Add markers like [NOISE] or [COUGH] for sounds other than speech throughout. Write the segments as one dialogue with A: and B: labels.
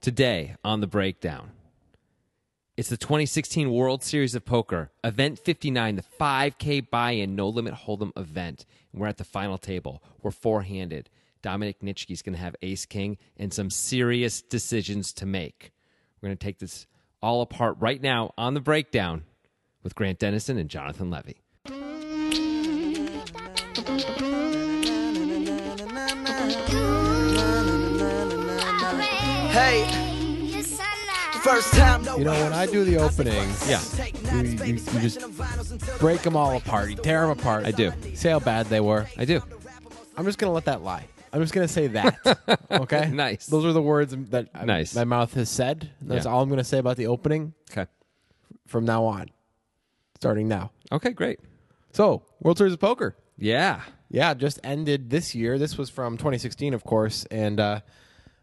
A: Today on the breakdown, it's the 2016 World Series of Poker, Event 59, the 5K buy in, no limit hold'em event. And we're at the final table. We're four handed. Dominic Nitschke's going to have ace king and some serious decisions to make. We're going to take this all apart right now on the breakdown with Grant Dennison and Jonathan Levy.
B: Hey, first time. You know, when I do the openings,
A: Yeah.
B: you, you, you just break them all apart. You tear them apart.
A: I do.
B: Say how bad they were.
A: I do.
B: I'm just gonna let that lie. I'm just gonna say that.
A: [LAUGHS]
B: Okay.
A: Nice.
B: Those are the words that I-
A: Nice.
B: my mouth has said. That's
A: Yeah.
B: all I'm gonna say about the opening
A: Okay.
B: from now on, starting now.
A: Okay, great.
B: So, World Series of Poker.
A: Yeah.
B: Yeah, just ended this year. This was from 2016, of course, and uh,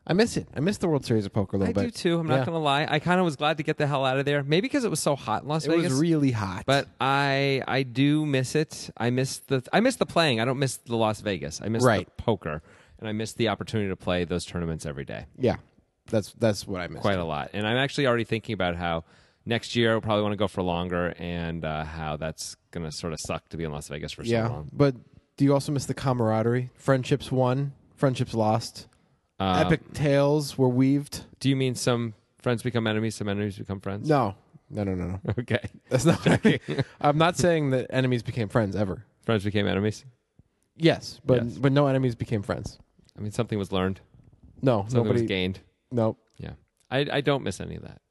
B: I miss it. I miss the World Series of Poker a
A: I
B: little bit.
A: do too. I'm not going to lie. I kind of was glad to get the hell out of there. Maybe because it was so hot in Las
B: It
A: Vegas.
B: was really hot,
A: But I I do miss it. I miss the I miss the playing. I don't miss the Las Vegas. I miss
B: Right.
A: the poker, and I miss the opportunity to play those tournaments every day,
B: yeah, that's that's what I missed.
A: quite a lot. And I'm actually already thinking about how next year I'll probably want to go for longer, and uh, how that's gonna sort of suck to be in Las Vegas for
B: yeah,
A: so long.
B: but do you also miss the camaraderie? Friendships won, friendships lost.
A: Uh,
B: Epic tales were weaved.
A: Um, Do you mean some friends become enemies, some enemies become friends?
B: No, no, no, no, no.
A: [LAUGHS] Okay,
B: That's not. What I mean. I'm not saying that enemies became friends ever.
A: friends became enemies.
B: Yes, but
A: Yes.
B: but no enemies became friends.
A: I mean something was learned,
B: No,
A: something
B: nobody.
A: was gained. [LAUGHS]
B: No,
A: Yeah, I I don't miss any of that.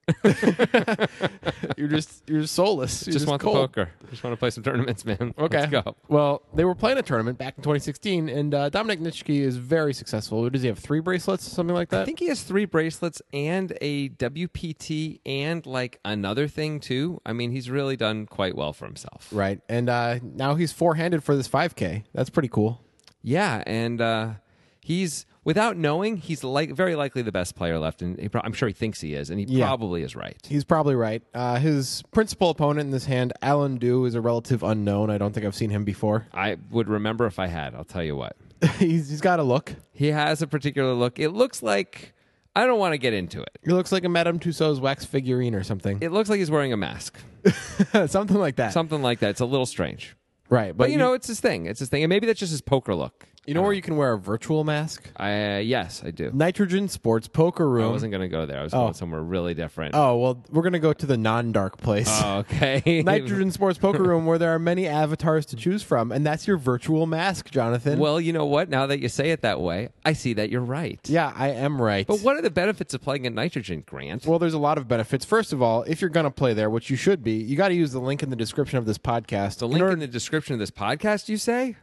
B: you're just you're soulless. You're
A: just, want
B: cold.
A: the poker. Just want to play some tournaments, man. [LAUGHS]
B: Okay.
A: Let's go.
B: Well, they were playing a tournament back in 2016, and uh, Dominic Nitschke is very successful. What Does he have three bracelets, something like that?
A: I think he has three bracelets and a WPT and like another thing too. I mean, he's really done quite well for himself.
B: right. And uh, now he's four-handed for this 5K. That's pretty cool.
A: Yeah, and uh, he's without knowing, he's like very likely the best player left, and he pro- I'm sure he thinks he is, and he
B: Yeah.
A: probably is right.
B: He's probably right. Uh, his principal opponent in this hand, Alan Dew, is a relative unknown. I don't think I've seen him before. [LAUGHS]
A: I would remember if I had. I'll tell you what.
B: he's, he's got a look.
A: He has a particular look. It looks like I don't want to get into it.
B: He looks like a Madame Tussauds wax figurine or something,
A: It looks like he's wearing a mask,
B: [LAUGHS] something like that.
A: something like that. It's a little strange,
B: right, but,
A: but you know, it's his thing. It's his thing, and maybe that's just his poker look.
B: you know where you can wear a virtual mask?
A: I yes, I do.
B: Nitrogen Sports Poker
A: I
B: Room.
A: wasn't going to go there. I was going somewhere really different.
B: oh well, we're gonna go to the non-dark place. [LAUGHS]
A: Oh, [LAUGHS] okay. [LAUGHS]
B: Nitrogen Sports Poker Room, where there are many avatars to choose from, and that's your virtual mask, Jonathan.
A: well, you know what? Now that you say it that way, I see that you're right.
B: yeah, I am right.
A: But what are the benefits of playing at Nitrogen, Grant?
B: well, there's a lot of benefits. First of all, if you're going to play there, which you should be, you got to use the link in the description of this podcast.
A: the
B: In
A: link
B: order-
A: in the description of this podcast, you say?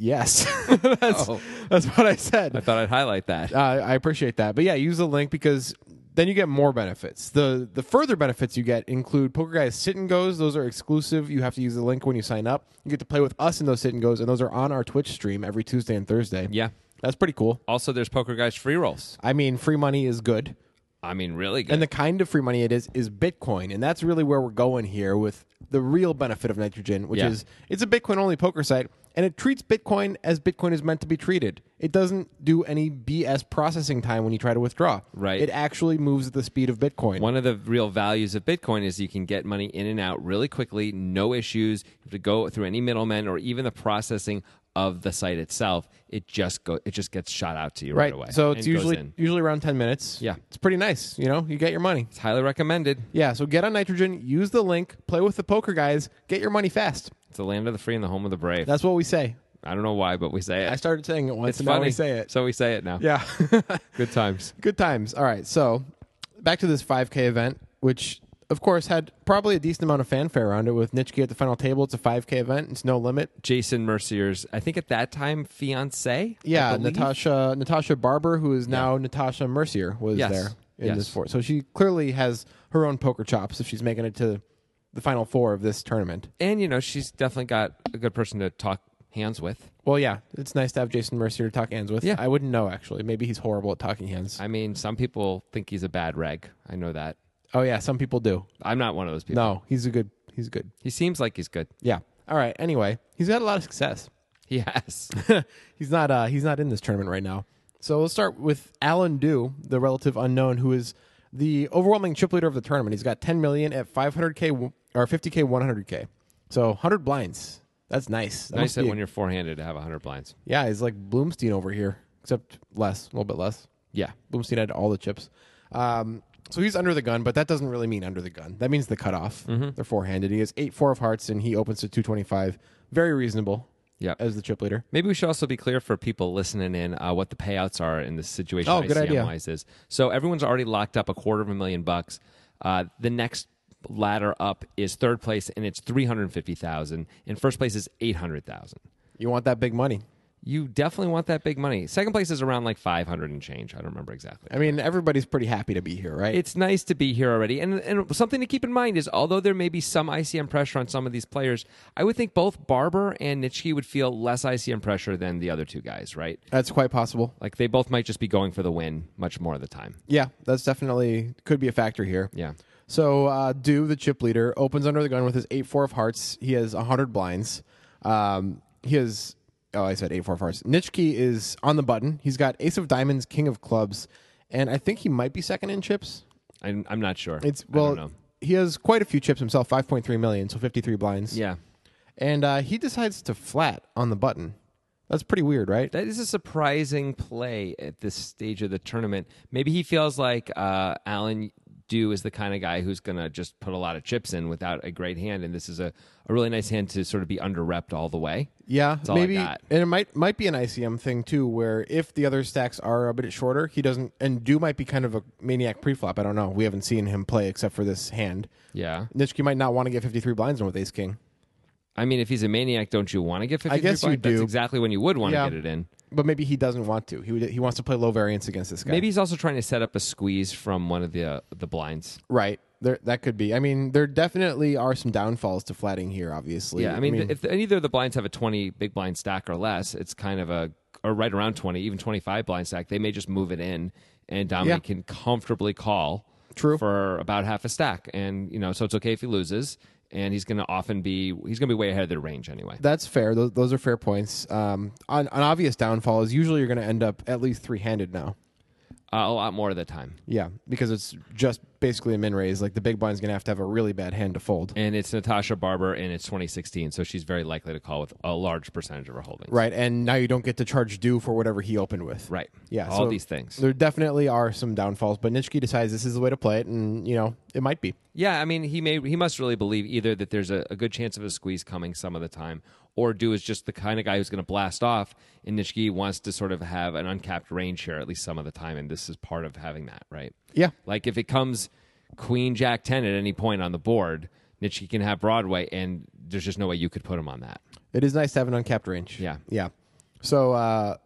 B: yes, [LAUGHS] that's,
A: Oh.
B: that's what I said.
A: I thought I'd highlight
B: [LAUGHS]
A: that.
B: uh, I appreciate that. But yeah, use the link because then you get more benefits. The the further benefits you get include Poker Guys sit and goes. Those are exclusive. You have to use the link when you sign up. You get to play with us in those sit and goes, and those are on our Twitch stream every Tuesday and Thursday.
A: yeah.
B: That's pretty cool.
A: Also, there's Poker Guys free rolls.
B: I mean, free money is good.
A: I mean, really good.
B: And the kind of free money it is is Bitcoin, and that's really where we're going here with the real benefit of Nitrogen, which
A: Yeah.
B: is it's a Bitcoin only poker site, and it treats Bitcoin as Bitcoin is meant to be treated. It doesn't do any BS processing time when you try to withdraw.
A: Right.
B: It actually moves at the speed of Bitcoin.
A: One of the real values of Bitcoin is you can get money in and out really quickly, no issues. You have to go through any middlemen or even the processing of the site itself. It just go it just gets shot out to you right,
B: right.
A: away.
B: So
A: and
B: it's
A: it goes
B: usually
A: in.
B: usually around ten minutes.
A: Yeah.
B: It's pretty nice. You know, you get your money.
A: it's highly recommended.
B: Yeah, so get on Nitrogen, use the link, play with the poker guys, get your money fast.
A: It's the land of the free and the home of the brave.
B: That's what we say.
A: I don't know why, but we say it.
B: I started saying it once
A: it's
B: and
A: funny.
B: now we say it.
A: So we say it now.
B: yeah. [LAUGHS]
A: Good times.
B: Good times. All right. So back to this 5K event, which of course had probably a decent amount of fanfare around it with Nitschke at the final table. It's a 5K event. It's no limit.
A: Jason Mercier's, I think at that time, fiance.
B: Yeah,
A: I believe.
B: Natasha Natasha Barber, who is now Natasha Mercier, was
A: Yes.
B: there in
A: Yes.
B: this four. So she clearly has her own poker chops if she's making it to the final four of this tournament.
A: And, you know, she's definitely got a good person to talk hands with.
B: Well, yeah, it's nice to have Jason Mercier to talk hands with.
A: Yeah.
B: I wouldn't know actually. Maybe he's horrible at talking hands.
A: I mean, some people think he's a bad reg. I know that.
B: oh yeah, some people do.
A: I'm not one of those people.
B: No, he's a good. He's good.
A: He seems like he's good. [LAUGHS]
B: Yeah. All right. Anyway, he's had a lot of success.
A: He has.
B: [LAUGHS] he's not uh he's not in this tournament right now. So we'll start with Alan Dew, the relative unknown, who is the overwhelming chip leader of the tournament. He's got 10 million at 500k w- or 50k, 100k. So 100 blinds. That's nice. That
A: Nice
B: must
A: that
B: be a-
A: when you're four-handed to have 100 blinds.
B: yeah, he's like Bloomstein over here, except less, a little bit less.
A: Yeah.
B: Bloomstein had all the chips. Um, so he's under the gun, but that doesn't really mean under the gun. That means the cutoff.
A: Mm-hmm.
B: They're four-handed. He has eight four of hearts, and he opens to 225. Very reasonable.
A: Yeah.
B: as the chip leader.
A: Maybe we should also be clear for people listening in uh, what the payouts are in this situation.
B: Oh, good
A: ICM
B: idea.
A: Wise is so everyone's already locked up a quarter of a million bucks. Uh, the next ladder up is third place, and it's three hundred fifty thousand. And first place is eight hundred thousand.
B: You want that big money.
A: You definitely want that big money. Second place is around like five hundred and change. I don't remember exactly.
B: I mean, everybody's pretty happy to be here, right?
A: It's nice to be here already, and and something to keep in mind is although there may be some ICM pressure on some of these players, I would think both Barber and Nitschke would feel less ICM pressure than the other two guys, right?
B: that's quite possible.
A: Like they both might just be going for the win much more of the time.
B: Yeah, that's definitely could be a factor here.
A: Yeah.
B: So, uh, Do, the chip leader, opens under the gun with his 8 4 of hearts. He has 100 blinds. Um, he has, oh, I said 8 4 of hearts. Nitschke is on the button. He's got Ace of Diamonds, King of Clubs, and I think he might be second in chips.
A: I'm, I'm not sure.
B: It's,
A: I
B: well,
A: don't know.
B: he has quite a few chips himself 5.3 million, so 53 blinds.
A: Yeah.
B: And uh, he decides to flat on the button. That's pretty weird, right?
A: That is a surprising play at this stage of the tournament. Maybe he feels like uh, Alan Dew is the kind of guy who's going to just put a lot of chips in without a great hand. And this is a, a really nice hand to sort of be under repped all the way.
B: Yeah,
A: all I
B: maybe,
A: got.
B: and it might might be an ICM thing too, where if the other stacks are a bit shorter, he doesn't. And Do might be kind of a maniac preflop. I don't know. We haven't seen him play except for this hand.
A: Yeah.
B: Nitschke might not want to get fifty three blinds in with Ace King,
A: I mean, if he's a maniac, don't you want to get 53
B: guess you
A: blinds? That's
B: do.
A: exactly when you would want to
B: Yeah.
A: get it in.
B: but maybe he doesn't want to. He would, he wants to play low variance against this guy.
A: Maybe he's also trying to set up a squeeze from one of the uh, the blinds.
B: right there that could be. I mean, there definitely are some downfalls to flatting here. Obviously,
A: Yeah, I mean, if either of the blinds have a 20 big blind stack or less, it's kind of a, or right around 20, even 25 blind stack, they may just move it in and Dominic
B: Yeah.
A: can comfortably call
B: True.
A: for about half a stack. And, you know, so it's okay if he loses. And he's going to often be, he's going to be way ahead of their range anyway.
B: That's fair. Those, those are fair points. Um, an, an obvious downfall is usually you're going to end up at least three handed now.
A: Uh, a lot more of the time.
B: Yeah, because it's just basically a min raise. Like the big blind's gonna have to have a really bad hand to fold,
A: And it's Natasha Barber and it's 2016. So she's very likely to call with a large percentage of her holdings.
B: right? And now you don't get to charge due for whatever he opened with.
A: Right.
B: Yeah.
A: All
B: so
A: these things.
B: There definitely are some downfalls, but Nitschke decides this is the way to play it, and you know it might be.
A: Yeah, I mean, he may he must really believe either that there's a, a good chance of a squeeze coming some of the time, or Do is just the kind of guy who's going to blast off, and Nishiki wants to sort of have an uncapped range here at least some of the time, and this is part of having that, right?
B: Yeah.
A: Like if it comes Queen Jack ten at any point on the board, Nishiki can have Broadway, and there's just no way you could put him on that.
B: It is nice to have an uncapped range.
A: Yeah.
B: Yeah. So uh,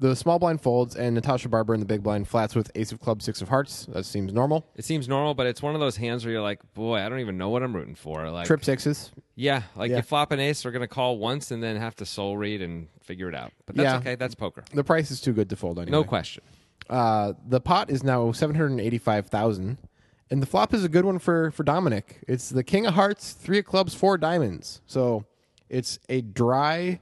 B: the small blind folds, and Natasha Barber in the big blind flats with Ace of Clubs, Six of Hearts. That seems normal.
A: It seems normal, but it's one of those hands where you're like, boy, I don't even know what I'm rooting for. Like,
B: Trip sixes.
A: yeah, like
B: Yeah.
A: you flop an ace, we're going to call once and then have to soul read and figure it out. But that's
B: Yeah.
A: okay. That's poker.
B: The price is too good to fold anyway.
A: No question.
B: Uh, the pot is now seven hundred eighty-five thousand, and the flop is a good one for for Dominic. It's the king of hearts, three of clubs, four of diamonds. So it's a dry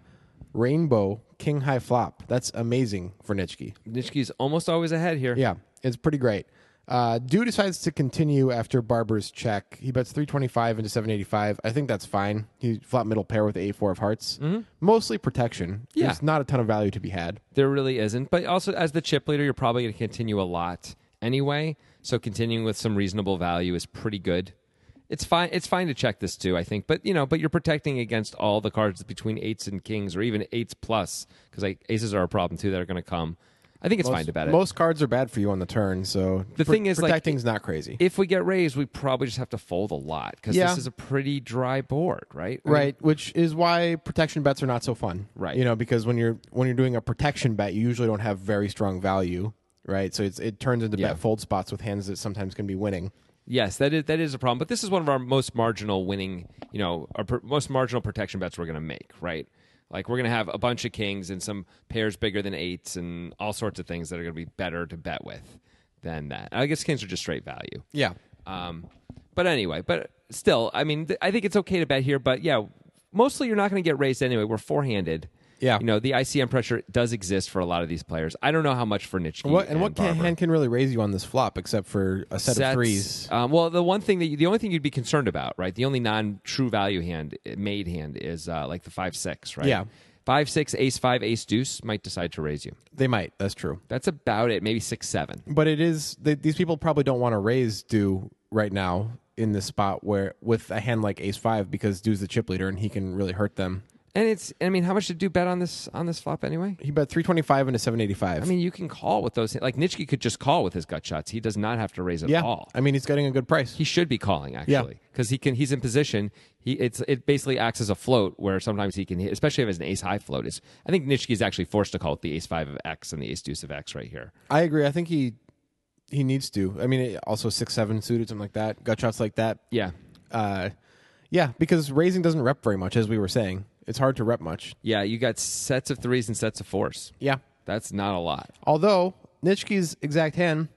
B: rainbow king high flop. That's amazing for Nitschke.
A: Nitschke's almost always ahead here.
B: Yeah, it's pretty great. Uh, Dew decides to continue after Barber's check. He bets 325 into 785. I think that's fine. He flop middle pair with a4 of hearts. Mostly protection.
A: Yeah.
B: There's not a ton of value to be had.
A: There really isn't. But also, as the chip leader, you're probably going to continue a lot anyway. So continuing with some reasonable value is pretty good. It's fine. It's fine to check this too, I think. But you know, but you're protecting against all the cards between eights and kings, or even eights plus, because like aces are a problem too that are going to come. I think it's fine to bet it.
B: Most cards are bad for you on the turn, so
A: The thing is, like,
B: protecting's not crazy.
A: if we get raised, we probably just have to fold a lot because
B: Yeah.
A: this is a pretty dry board, right? I mean,
B: right which is why protection bets are not so fun
A: Right.
B: you know because when you're when you're doing a protection bet you usually don't have very strong value right so it's it turns into
A: Yeah.
B: bet fold spots with hands that sometimes can be winning
A: Yes, that is that is a problem. But this is one of our most marginal winning, you know, our pr- most marginal protection bets we're going to make, right? Like we're going to have a bunch of kings and some pairs bigger than eights and all sorts of things that are going to be better to bet with than that. I guess kings are just straight value.
B: yeah
A: Um, but anyway, but still, I mean, th- I think it's okay to bet here. But yeah, mostly you're not going to get raised anyway. We're four handed.
B: Yeah.
A: You know, the ICM pressure does exist for a lot of these players. I don't know how much for Nitschke
B: What and what can,
A: Barber.
B: hand can really raise you on this flop except for a set of
A: Sets,
B: threes?
A: Um, well, the one thing that you, the only thing you'd be concerned about, right? The only non-true value hand made hand is uh, like the five six, right?
B: Yeah.
A: five six, ace five, ace deuce might decide to raise you.
B: They might. That's true.
A: That's about it. Maybe six seven.
B: But it is they, these people probably don't want to raise do right now in this spot where with a hand like Ace Five because Du's the chip leader and he can really hurt them.
A: And it's, I mean, how much did you bet on this on this flop anyway?
B: He bet three twenty five into seven eighty five.
A: I mean, you can call with those. Like Nitschke could just call with his gut shots. He does not have to raise at
B: yeah.
A: all.
B: I mean, he's getting a good price.
A: He should be calling actually because he can. He's in position. He it's it basically acts as a float where sometimes he can hit, especially if it's an ace high float. Is I think Nitschke is actually forced to call with the ace five of X and the ace deuce of X right here.
B: I agree. I think he he needs to. I mean, it, also six seven suited something like that. Gut shots like that.
A: Yeah,
B: Uh, yeah, because raising doesn't rep very much, as we were saying. It's hard to rep much.
A: yeah. You got sets of threes and sets of fours.
B: Yeah.
A: That's not a lot.
B: Although Nitschke's exact hand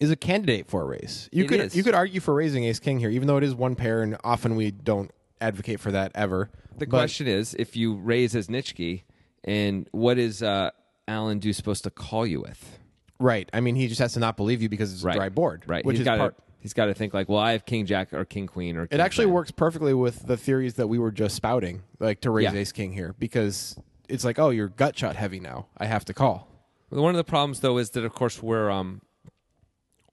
B: is a candidate for a raise. You
A: It
B: could
A: is.
B: you could argue for raising Ace King here, even though it is one pair, and often we don't advocate for that ever.
A: The
B: But
A: question is if you raise as Nitschke and what is uh, Alan Dew supposed to call you with?
B: right? I mean, he just has to not believe you because it's a dry board,
A: Right.
B: Which
A: He's
B: is
A: gotta-
B: part.
A: He's got to think like, well, I have King Jack or King Queen or.
B: It
A: King
B: actually
A: Jack.
B: works perfectly with the theories that we were just spouting, like to raise
A: Yeah.
B: Ace King here, because it's like, oh, you're gut shot heavy now. I have to call.
A: One of the problems though is that of course we're um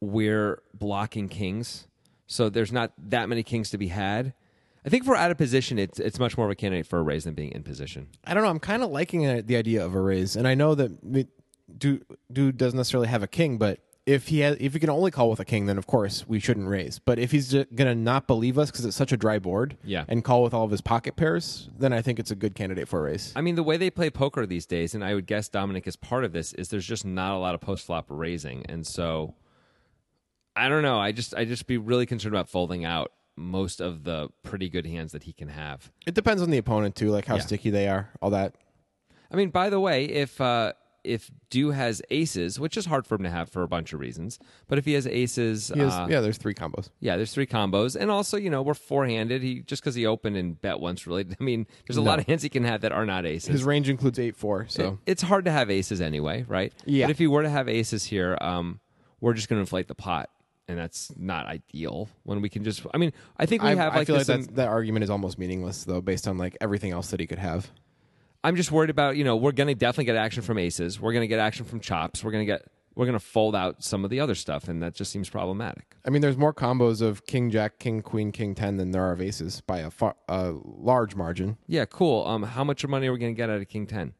A: we're blocking kings, so there's not that many kings to be had. I think if we're out of position, it's it's much more of a candidate for a raise than being in position.
B: I don't know. I'm kind of liking uh, the idea of a raise, and I know that dude dude doesn't necessarily have a king, but if he has, if he can only call with a king, then of course we shouldn't raise. But if he's ju- gonna not believe us because it's such a dry board,
A: Yeah.
B: and call with all of his pocket pairs, then I think it's a good candidate for a raise.
A: I mean, the way they play poker these days, and I would guess Dominic is part of this, is there's just not a lot of post flop raising, and so I don't know. I just I just be really concerned about folding out most of the pretty good hands that he can have.
B: It depends on the opponent too, like how sticky they are, all that.
A: I mean, by the way, if uh, if Do has aces, which is hard for him to have for a bunch of reasons, but if he has aces,
B: He has-
A: uh,
B: yeah, there's three combos.
A: yeah, there's three combos, and also you know we're four handed. He just because he opened and bet once, really. [LAUGHS] I mean, there's a lot of hands he can have that are not aces.
B: His range includes eight four, so
A: It's hard to have aces anyway, right?
B: Yeah.
A: But if you were to have aces here, um, we're just going to inflate the pot, and that's not ideal. When we can just, I mean, I think we
B: I,
A: have
B: I
A: like
B: feel like
A: this. in-
B: that's, that argument is almost meaningless though, based on like everything else that he could have.
A: I'm just worried about you know we're going to definitely get action from aces. We're going to get action from chops. We're going to get we're going to fold out some of the other stuff, and that just seems problematic.
B: I mean, there's more combos of King Jack, King Queen, King Ten than there are of aces by a, far, a large margin.
A: Yeah, cool. Um, how much money are we going to get out of King Ten?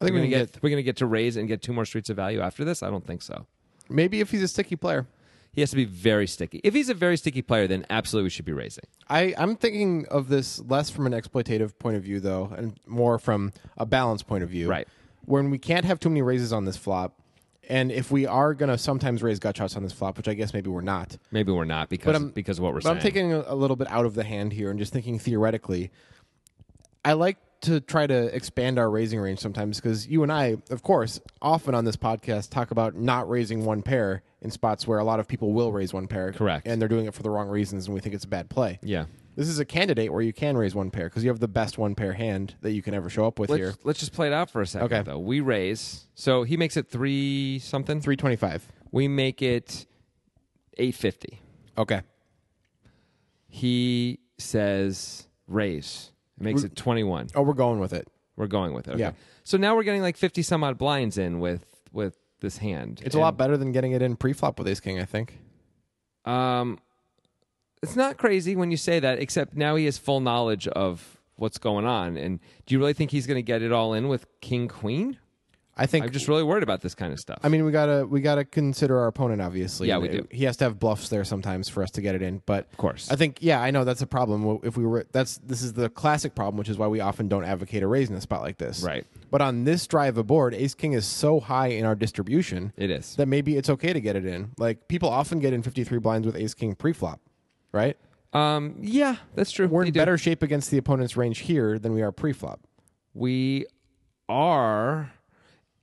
B: I think
A: we're going
B: we can
A: to
B: get,
A: get, we're going to get to raise and get two more streets of value after this. I don't think so.
B: maybe if he's a sticky player.
A: He has to be very sticky. If he's a very sticky player, then absolutely we should be raising.
B: I, I'm thinking of this less from an exploitative point of view though, and more from a balance point of view.
A: Right.
B: When we can't have too many raises on this flop, and if we are gonna sometimes raise gut shots on this flop, which I guess maybe we're not.
A: Maybe we're not because
B: I'm-
A: because of what we're
B: But
A: saying.
B: I'm taking a, a little bit out of the hand here and just thinking theoretically. I like to try to expand our raising range sometimes because you and I, of course, often on this podcast talk about not raising one pair in spots where a lot of people will raise one pair.
A: Correct.
B: And they're doing it for the wrong reasons and we think it's a bad play.
A: yeah.
B: This is a candidate where you can raise one pair because you have the best one pair hand that you can ever show up with
A: Let's,
B: here.
A: let's just play it out for a second.
B: Okay.
A: Though we raise, so he makes it three something.
B: 325.
A: We make it eight fifty.
B: Okay.
A: He says raise. It makes it 21.
B: Oh, we're going with it.
A: We're going with it. Okay.
B: Yeah.
A: So now we're getting like 50 some odd blinds in with with this hand.
B: It's a lot better than getting it in pre-flop with ace king, I think.
A: Um it's not crazy when you say that except now he has full knowledge of what's going on and do you really think he's going to get it all in with king queen?
B: I think
A: I'm just really worried about this kind of stuff.
B: I mean, we gotta we gotta consider our opponent. Obviously,
A: Yeah,
B: And
A: we do.
B: it- He has to have bluffs there sometimes for us to get it in. But of
A: course.
B: I think yeah, I know that's a problem. If we were that's this is the classic problem, which is why we often don't advocate a raise in a spot like this.
A: Right.
B: But on this drive aboard, Ace King is so high in our distribution
A: it is.
B: that maybe it's okay to get it in. Like people often get in fifty three blinds with Ace King preflop, right?
A: Um yeah, that's true.
B: We're
A: They
B: in
A: do.
B: better shape against the opponent's range here than we are preflop.
A: We are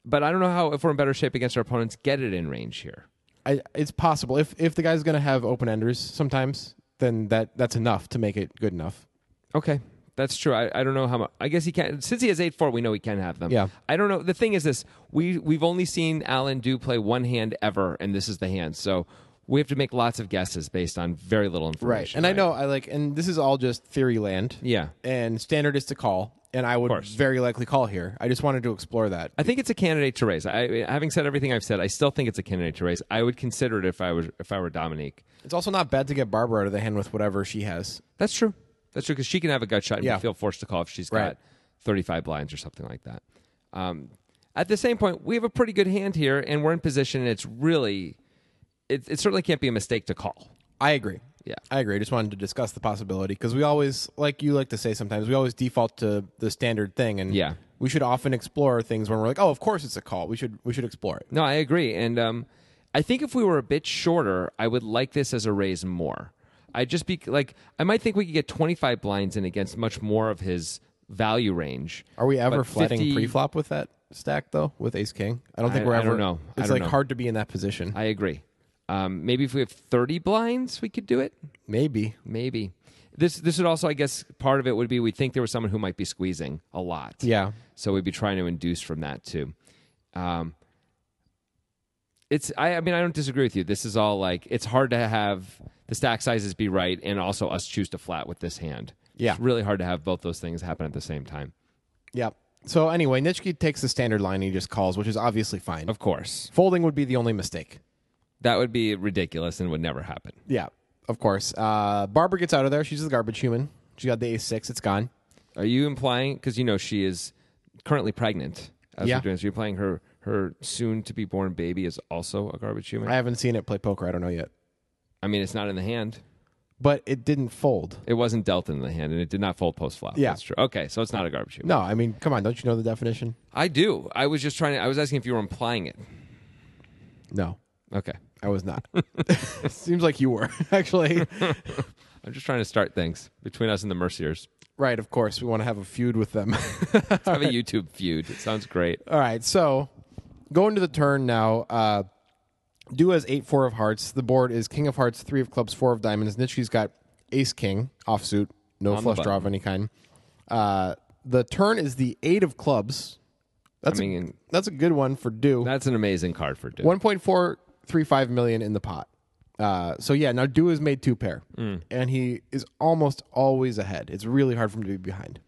A: but I don't know how if we're in better shape against our opponents get it in range here.
B: I, it's possible if if the guy's gonna have open enders sometimes, then that that's enough to make it good enough.
A: Okay. That's true. I, I don't know how much. I guess he can. Since he has eight four, we know he can have them.
B: Yeah.
A: I don't know. The thing is this: we we've only seen Alan do play one hand ever, and this is the hand. So we have to make lots of guesses based on very little
B: Right.
A: information.
B: And I know I like and this is all just theory land.
A: Yeah.
B: And standard is to call. And I would very likely call here. I just wanted to explore that.
A: I think it's a candidate to raise. I, having said everything I've said, I still think it's a candidate to raise. I would consider it if I was if I were Dominique.
B: It's also not bad to get Barbara out of the hand with whatever she has.
A: That's true. That's true because she can have a gut shot and
B: Yeah.
A: feel forced to call if she's got
B: Right.
A: 35 blinds or something like that. Um, at the same point, we have a pretty good hand here and we're in position. And it's really, it, it certainly can't be a mistake to call.
B: I agree.
A: Yeah.
B: I agree. I just wanted to discuss the possibility because we always, like you like to say sometimes, we always default to the standard thing, and
A: Yeah.
B: we should often explore things when we're like, oh, of course it's a call. We should we should explore it.
A: No, I agree. And um, I think if we were a bit shorter, I would like this as a raise more. I'd just be like, I might think we could get 25 blinds in against much more of his value range.
B: Are we ever
A: But
B: flatting
A: 50
B: pre-flop with that stack though with Ace King? I don't think
A: I-
B: we're
A: I
B: ever.
A: don't know. I
B: It's
A: don't
B: like
A: know.
B: hard to be in that position.
A: I agree. Um, maybe if we have 30 blinds, we could do it.
B: Maybe.
A: Maybe. This this would also, I guess, part of it would be we think there was someone who might be squeezing a lot.
B: Yeah.
A: So we'd be trying to induce from that too. Um, it's I, I mean I don't disagree with you. This is all like it's hard to have the stack sizes be right and also us choose to flat with this hand.
B: Yeah.
A: It's really hard to have both those things happen at the same time.
B: Yeah. So anyway, Nitschke takes the standard line and he just calls, which is obviously fine.
A: Of course.
B: Folding would be the only mistake.
A: That would be ridiculous and would never happen.
B: Yeah, of course. Uh, Barbara gets out of there. She's the garbage human. She got the ace six. It's gone.
A: Are you implying because you know she is currently pregnant as
B: Yeah.
A: we're doing this, you're implying her her soon to be born baby is also a garbage human?
B: I haven't seen it play poker. I don't know yet.
A: I mean, it's not in the hand.
B: But it didn't fold.
A: It wasn't dealt in the hand, and it did not fold post flop.
B: Yeah.
A: That's true. Okay, so it's not a garbage human.
B: No, I mean, come on. Don't you know the definition?
A: I do. I was just trying to. I was asking if you were implying it.
B: No,
A: Okay.
B: I was not. [LAUGHS] Seems like you were, [LAUGHS] actually.
A: I'm just trying to start things between us and the Merciers.
B: right, of course. We want to have a feud with them. [LAUGHS]
A: Let's have a YouTube feud. It sounds great.
B: All right, so going to the turn now. Uh, Dua has eight four of hearts. The board is king of hearts, three of clubs, four of diamonds. Nitschke's got ace king offsuit, no
A: the
B: flush draw of any kind. Uh, the turn is the eight of clubs. That's
A: I
B: a,
A: mean-
B: that's a good one for Dua.
A: That's an amazing card for Duke.
B: One point four three five million in the pot. Uh, so yeah, now Dua's made two pair,
A: Mm.
B: and he is almost always ahead. It's really hard for him to be behind.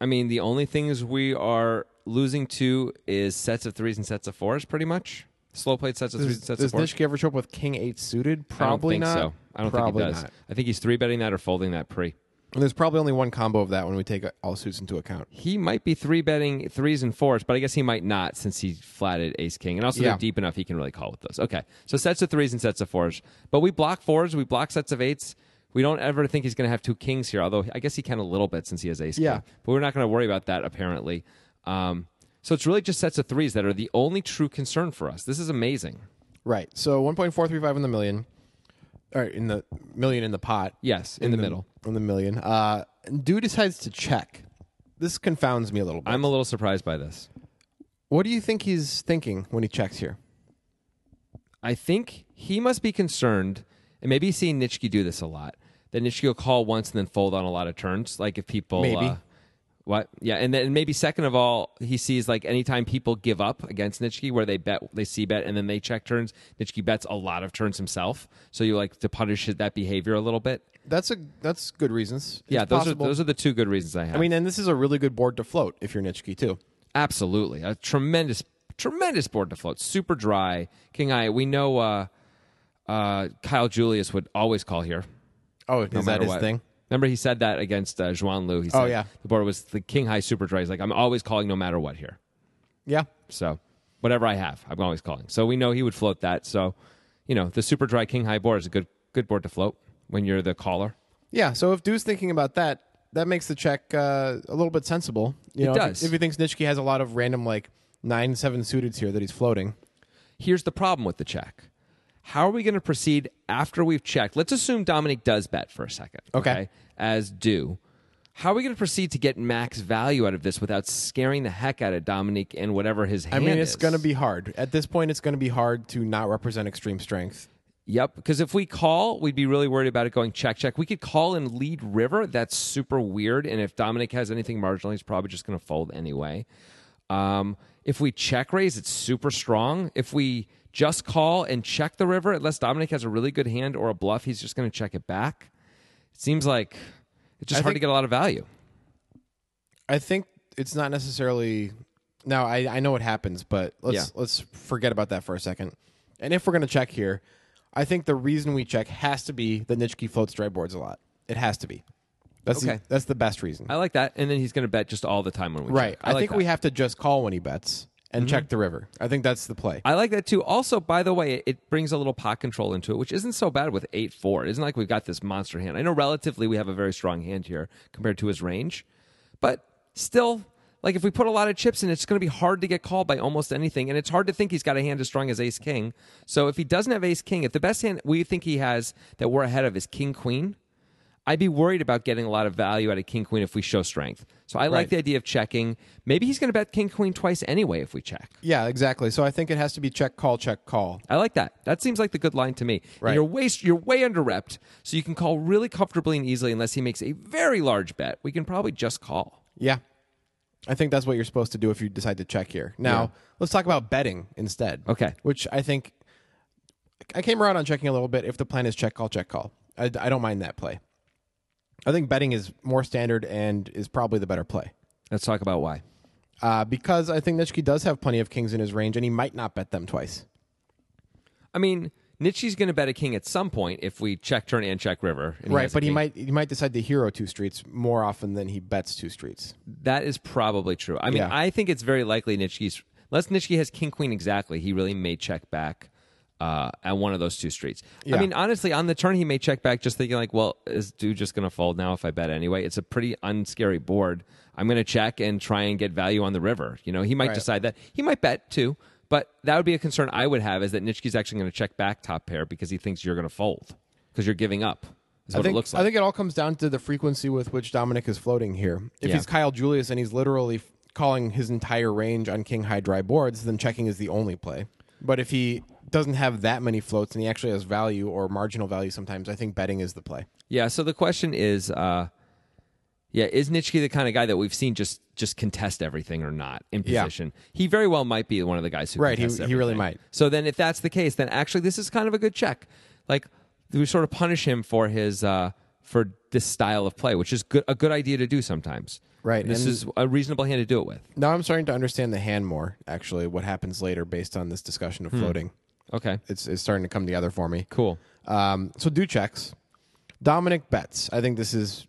A: I mean, the only things we are losing to is sets of threes and sets of fours, pretty much. Slow played sets of threes and
B: Does,
A: sets
B: does
A: of fours.
B: Nitschke ever show up with king eight suited?
A: I don't
B: Probably
A: think
B: not.
A: so. I don't
B: Probably
A: think he does.
B: not.
A: I think he's three betting that or folding that pre.
B: And there's probably only one combo of that when we take all suits into account.
A: He might be three betting threes and fours, but I guess he might not since he flatted ace king. And also,
B: Yeah.
A: they're deep enough he can really call with those. Okay. So sets of threes and sets of fours. But we block fours, we block sets of eights. We don't ever think he's going to have two kings here, although I guess he can a little bit since he has ace
B: Yeah.
A: king. But we're not going to worry about that apparently. Um, so it's really just sets of threes that are the only true concern for us. This is amazing.
B: Right. So 1.435 in the million, or in the million in the pot.
A: Yes, in, the, middle.
B: In the million. Uh, and dude decides to check. This confounds me a little bit.
A: I'm a little surprised by this.
B: what do you think he's thinking when he checks here?
A: I think he must be concerned, and maybe he's seeing Nitschke do this a lot. That Nitschke will call once and then fold on a lot of turns. Like if people,
B: Maybe.
A: uh, what? Yeah, and then maybe second of all, he sees like anytime people give up against Nitschke, where they bet, they see bet, and then they check turns. Nitschke bets a lot of turns himself, so you like to punish that behavior a little bit.
B: That's a that's good reasons.
A: yeah,
B: It's
A: those
B: possible.
A: are those are the two good reasons I have.
B: I mean, and this is a really good board to float if you're Nitschke too.
A: Absolutely. A tremendous, tremendous board to float. Super dry. King I, we know uh, uh, Kyle Julius would always call here.
B: Oh, is that
A: matter
B: his
A: what.
B: thing?
A: Remember, he said that against uh, Juan Lu. He said
B: Oh, yeah.
A: the board was the king high super dry. He's like, I'm always calling no matter what here.
B: Yeah.
A: So whatever I have, I'm always calling. So we know he would float that. So, you know, the super dry king high board is a good good board to float when you're the caller.
B: Yeah. So if Dude's thinking about that, that makes the check uh, a little bit sensible. You
A: It
B: know, if-
A: does.
B: If, he thinks Nitschke has a lot of random like nine seven suiteds here that he's floating.
A: Here's the problem with the check. How are we going to proceed after we've checked? Let's assume Dominic does bet for a second.
B: Okay.
A: As do. How are we going to proceed to get max value out of this without scaring the heck out of Dominic and whatever his
B: I
A: hand
B: mean, it's
A: is?
B: going to be hard. At this point, it's going to be hard to not represent extreme strength.
A: Yep, because if we call, we'd be really worried about it going check check. We could call in lead river. That's super weird. And if Dominic has anything marginal, he's probably just going to fold anyway. Um, if we check raise, it's super strong. If we just call and check the river, unless Dominic has a really good hand or a bluff, he's just going to check it back. It seems like it's just
B: I
A: hard to
B: think-
A: get a lot of value.
B: I think it's not necessarily. Now I, I know what happens, but let's
A: Yeah.
B: let's forget about that for a second. And if we're gonna check here, I think the reason we check has to be that Nitschke floats dry boards a lot. It has to be. That's
A: Okay.
B: the, that's the best reason.
A: I like that. And then he's going to bet just all the time when we
B: right.
A: check.
B: I, Mm-hmm.
A: like
B: think
A: that.
B: we have to just call when he bets and check the river. I think that's the play.
A: I like that too. Also, by the way, it- it brings a little pot control into it, which isn't so bad with 8 4. It isn't like we've got this monster hand. I know relatively we have a very strong hand here compared to his range, but still, like if we put a lot of chips in, it's going to be hard to get called by almost anything. And it's hard to think he's got a hand as strong as ace king. So if he doesn't have ace king, if the best hand we think he has that we're ahead of is king queen, I'd be worried about getting a lot of value out of king queen if we show strength. So I like
B: Right.
A: the idea of checking. Maybe he's going to bet king queen twice anyway if we check.
B: yeah, exactly. So I think it has to be check call check call.
A: I like that. That seems like the good line to me. And
B: Right.
A: you're way you're way under repped, so you can call really comfortably and easily unless he makes a very large bet. We can probably just call.
B: Yeah. I think that's what you're supposed to do if you decide to check here. Now, let's talk about betting instead.
A: Okay.
B: Which I think I came around on checking a little bit if the plan is check call, check call. I, I don't mind that play. I think betting is more standard and is probably the better play
A: Let's talk about why.
B: uh, because I think Nitschke does have plenty of kings in his range and he might not bet them twice.
A: I mean, Nietzsche's going to bet a king at some point if we check turn and check river. and
B: right,
A: has a
B: but he
A: king.
B: might he might decide to hero two streets more often than he bets two streets.
A: That is probably true. I mean,
B: Yeah.
A: I think it's very likely Nitschke's unless Nitschke has king queen exactly, he really may check back uh, at one of those two streets. I
B: Yeah.
A: mean, honestly, on the turn he may check back, just thinking like, well, is dude just going to fold now if I bet anyway? It's a pretty unscary board. I'm going to check and try and get value on the river. You know, he might
B: Right.
A: decide that he might bet too, but that would be a concern I would have is that Nitschke's actually going to check back top pair because he thinks you're going to fold because you're giving up. Is what
B: I think,
A: it looks like.
B: I think it all comes down to the frequency with which Dominic is floating here. If
A: Yeah.
B: he's Kyle Julius and he's literally f- calling his entire range on king high dry boards, then checking is the only play. But if he doesn't have that many floats and he actually has value or marginal value sometimes, I think betting is the play.
A: Yeah. So the question is, uh, yeah, is Nitschke the kind of guy that we've seen just just contest everything or not in
B: Yeah.
A: position? He very well might be one of the guys who
B: Right, he-
A: contests
B: he really
A: everything.
B: might.
A: So then, if that's the case, then actually this is kind of a good check. Like we sort of punish him for his uh, for this style of play, which is good a good idea to do sometimes.
B: Right,
A: This
B: and-
A: is a reasonable hand to do it with.
B: Now I'm starting to understand the hand more, actually, what happens later based on this discussion
A: Hmm.
B: of floating.
A: Okay.
B: It's, it's starting to come together for me.
A: Cool.
B: Um, so do checks. Dominic bets. I think this is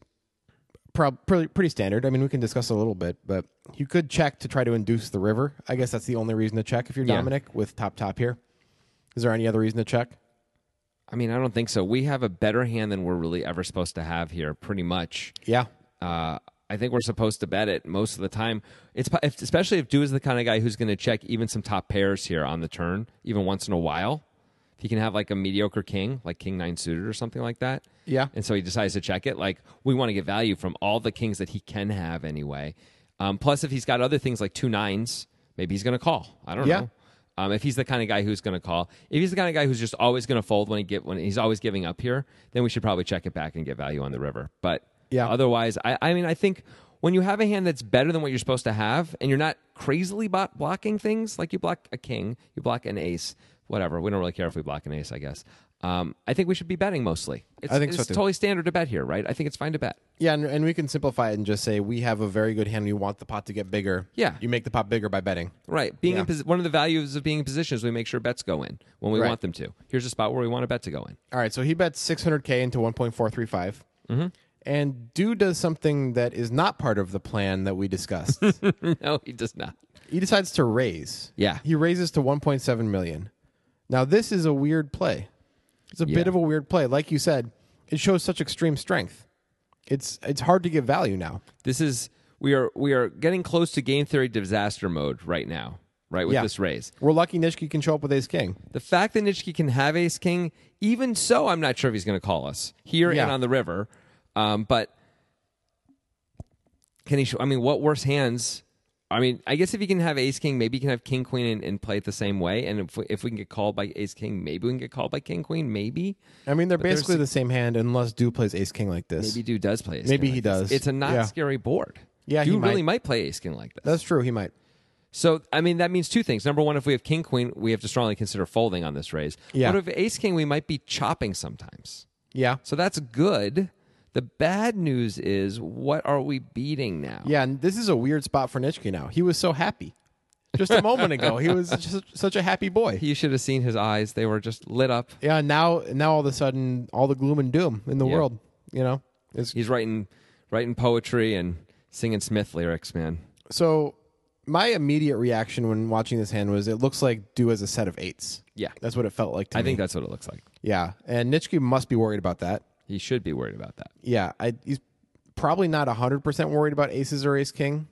B: prob- pretty, pretty standard. I mean, we can discuss it a little bit, but you could check to try to induce the river. I guess that's the only reason to check if you're
A: Yeah.
B: Dominic with top top here. Is there any other reason to check?
A: I mean, I don't think so. We have a better hand than we're really ever supposed to have here, pretty much.
B: Yeah.
A: Uh, I think we're supposed to bet it most of the time. It's po- if, especially if Du is the kind of guy who's going to check even some top pairs here on the turn, even once in a while. If he can have like a mediocre king, like king nine suited or something like that,
B: Yeah.
A: and so he decides to check it. Like we want to get value from all the kings that he can have anyway. Um, plus, if he's got other things like two nines, maybe he's going to call. I don't
B: Yeah.
A: know. Um, if he's the kind of guy who's going to call, if he's the kind of guy who's just always going to fold when he get when he's always giving up here, then we should probably check it back and get value on the river. But
B: Yeah.
A: otherwise, I, I mean, I think when you have a hand that's better than what you're supposed to have, and you're not crazily bot blocking things like you block a king, you block an ace, whatever. We don't really care if we block an ace, I guess. Um, I think we should be betting mostly. It's,
B: I think so,
A: it's
B: too.
A: totally standard to bet here, right? I think it's fine to bet.
B: Yeah, and, and we can simplify it and just say we have a very good hand. We want the pot to get bigger.
A: Yeah.
B: You make the pot bigger by betting.
A: Right. Being in
B: Yeah.
A: posi- one of the values of being in position is we make sure bets go in when we
B: Right.
A: want them to. Here's a spot where we want a bet to go in. [LAUGHS]
B: All right, so he bets 600K into 1.435. Mm-hmm. And Dude does something that is not part of the plan that we discussed.
A: [LAUGHS] no, he does not.
B: He decides to raise.
A: Yeah.
B: He raises to 1.7 million. Now this is a weird play. It's a
A: Yeah.
B: bit of a weird play. Like you said, it shows such extreme strength. It's it's hard to get value now.
A: This is we are we are getting close to game theory disaster mode right now. Right with
B: Yeah.
A: this raise.
B: We're lucky Nishki can show up with ace king.
A: The fact that Nitschke can have ace king, even so, I'm not sure if he's going to call us here
B: Yeah.
A: and on the river. Um, but can he? Show, I mean, what worse hands I mean, I guess if you can have ace king, maybe you can have king queen and, and play it the same way. And if we, if we can get called by ace king, maybe we can get called by king queen. Maybe
B: I mean, they're
A: there's
B: basically the same hand unless Dew plays Ace King like this.
A: maybe dude does play. Ace
B: Maybe
A: king
B: he
A: like this.
B: does.
A: It's a not
B: Yeah.
A: scary board.
B: Yeah, he
A: dude really might play ace king like this.
B: That's true. He might.
A: So I mean that means two things. Number one, if we have king queen, we have to strongly consider folding on this raise.
B: Yeah.
A: But if ace king, we might be chopping sometimes.
B: Yeah.
A: So that's good. The bad news is what are we beating now?
B: Yeah, and this is a weird spot for Nitschke now. He was so happy. Just a moment ago,
A: [LAUGHS]
B: he was just such a happy boy.
A: You should have seen his eyes. They were just lit up.
B: yeah, now now all of a sudden, all the gloom and doom in the
A: Yeah.
B: world. You know, It's-
A: He's writing writing poetry and singing Smith lyrics, man.
B: so my immediate reaction when watching this hand was, it looks like Dew has a set of eights.
A: Yeah.
B: that's what it felt like to
A: I
B: me.
A: think that's what it looks like.
B: yeah, and Nitschke must be worried about that.
A: He should be worried about that.
B: Yeah, I, he's probably not hundred percent worried about aces or ace king.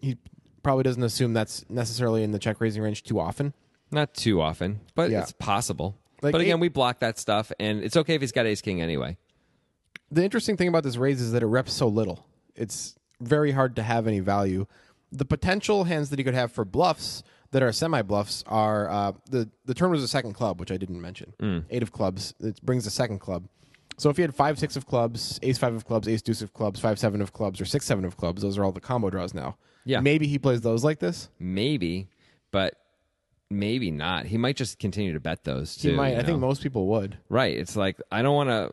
B: He probably doesn't assume that's necessarily in the check raising range too often.
A: Not too often, but
B: Yeah.
A: it's possible.
B: Like
A: but again,
B: eight-
A: we block that stuff, and it's okay if he's got ace king anyway.
B: the interesting thing about this raise is that it reps so little. It's very hard to have any value. The potential hands that he could have for bluffs that are semi bluffs are uh, the the turn was a second club, which I didn't mention.
A: Mm.
B: Eight of clubs. It brings a second club. So if he had five six of clubs, ace five of clubs, ace deuce of clubs, five seven of clubs, or six seven of clubs, those are all the combo draws now.
A: Yeah.
B: Maybe he plays those like this.
A: Maybe, but maybe not. He might just continue to bet those too.
B: He might.
A: you
B: I think
A: know?
B: most people would.
A: right. It's like I don't want to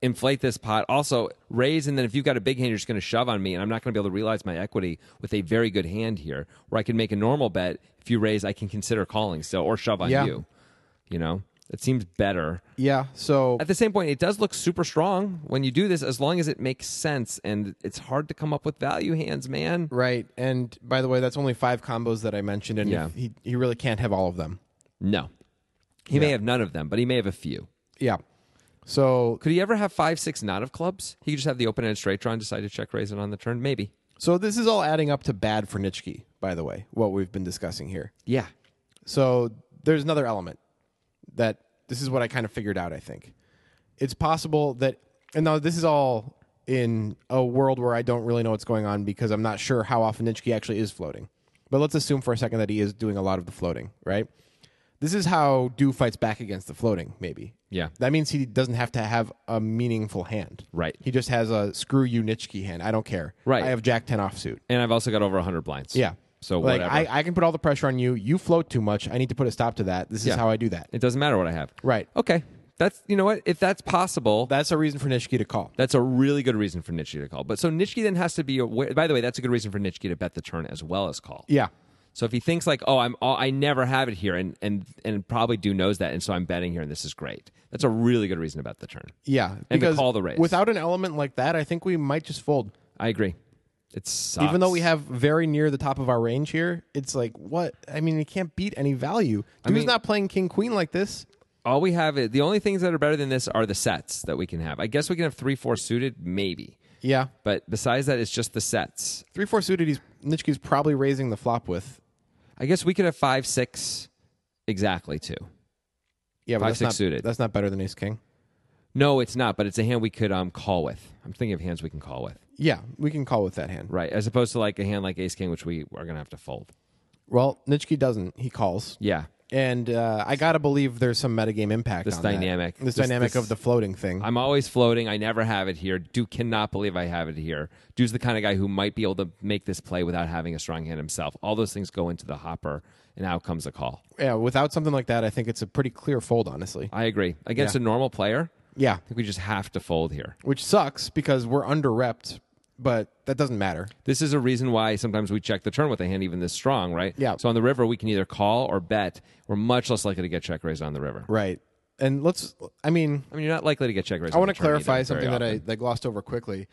A: inflate this pot. Also, raise, and then if you've got a big hand, you're just going to shove on me, and I'm not going to be able to realize my equity with a very good hand here, where I can make a normal bet. If you raise, I can consider calling still or shove on
B: Yeah.
A: you. You know, it seems better.
B: Yeah. So
A: At the same point, it does look super strong when you do this, as long as it makes sense, and it's hard to come up with value hands, man.
B: right. And by the way, that's only five combos that I mentioned, and
A: Yeah.
B: if he he really can't have all of them.
A: No, he may have none of them, but he may have a few.
B: Yeah. So
A: Could he ever have five, six not of clubs? He could just have the open end straight draw and decide to check raise it on the turn. Maybe.
B: so this is all adding up to bad for Nitschke, by the way, what we've been discussing here.
A: Yeah.
B: So there's another element that this is what I kind of figured out, I think. It's possible that and now this is all in a world where I don't really know what's going on because I'm not sure how often Nitschke actually is floating. But let's assume for a second that he is doing a lot of the floating, right? This is how Do fights back against the floating, maybe.
A: Yeah.
B: That means he doesn't have to have a meaningful hand.
A: Right.
B: He just has a screw you Nitschke hand. I don't care.
A: Right.
B: I have Jack 10 offsuit.
A: And I've also got over 100 blinds.
B: Yeah.
A: So
B: like
A: whatever.
B: I, I can put all the pressure on you. You float too much. I need to put a stop to that. This
A: Yeah.
B: is how I do that.
A: it doesn't matter what I have.
B: Right.
A: Okay. That's, you know what? If that's possible,
B: That's a reason for Nishiki to call.
A: that's a really good reason for Nitschke to call. But so Nitschke then has to be aware. By the way, that's a good reason for Nitschke to bet the turn as well as call.
B: Yeah.
A: So if he thinks like, oh, I'm, oh, I never have it here, and and and probably do knows that, and so I'm betting here, and this is great. That's a really good reason to bet the turn.
B: Yeah.
A: to
B: Because
A: call the raise.
B: Without an element like that, I think we might just fold.
A: I agree. It sucks.
B: Even though we have very near the top of our range here, it's like what? I mean, we can't beat any value. Dude's
A: mean-
B: not playing king queen like this.
A: all we have is the only things that are better than this are the sets that we can have. I guess we can have three, four suited, maybe.
B: Yeah.
A: But besides that, it's just the sets.
B: Three four suited. He's Nitschke's probably raising the flop with.
A: I guess we could have five, six exactly too.
B: Yeah, but
A: Five,
B: that's
A: six
B: not,
A: suited.
B: That's not better than ace king.
A: No, it's not, but it's a hand we could um, call with. I'm thinking of hands we can call with,
B: Yeah, we can call with that hand.
A: right? As opposed to like a hand like ace king, which we are going to have to fold.
B: Well, Nitschke doesn't. He calls.
A: Yeah.
B: And uh, I gotta believe there's some metagame impact.
A: This
B: on that.
A: dynamic.
B: this,
A: This-
B: dynamic
A: this-
B: of the floating thing.
A: I'm always floating. I never have it here. Duke cannot believe I have it here. Duke's the kind of guy who might be able to make this play without having a strong hand himself. All those things go into the hopper, and out comes a call.
B: yeah, without something like that, I think it's a pretty clear fold, honestly.
A: I agree. Against a normal player,
B: Yeah,
A: I think we just have to fold here.
B: which sucks because we're underrepped, but that doesn't matter.
A: This is a reason why sometimes we check the turn with a hand even this strong, right?
B: Yeah.
A: So on the river, we can either call or bet. We're much less likely to get check raised on the river.
B: Right. And let's. I mean,
A: I mean, you're not likely to get check raised.
B: I want to clarify something that I that glossed over quickly.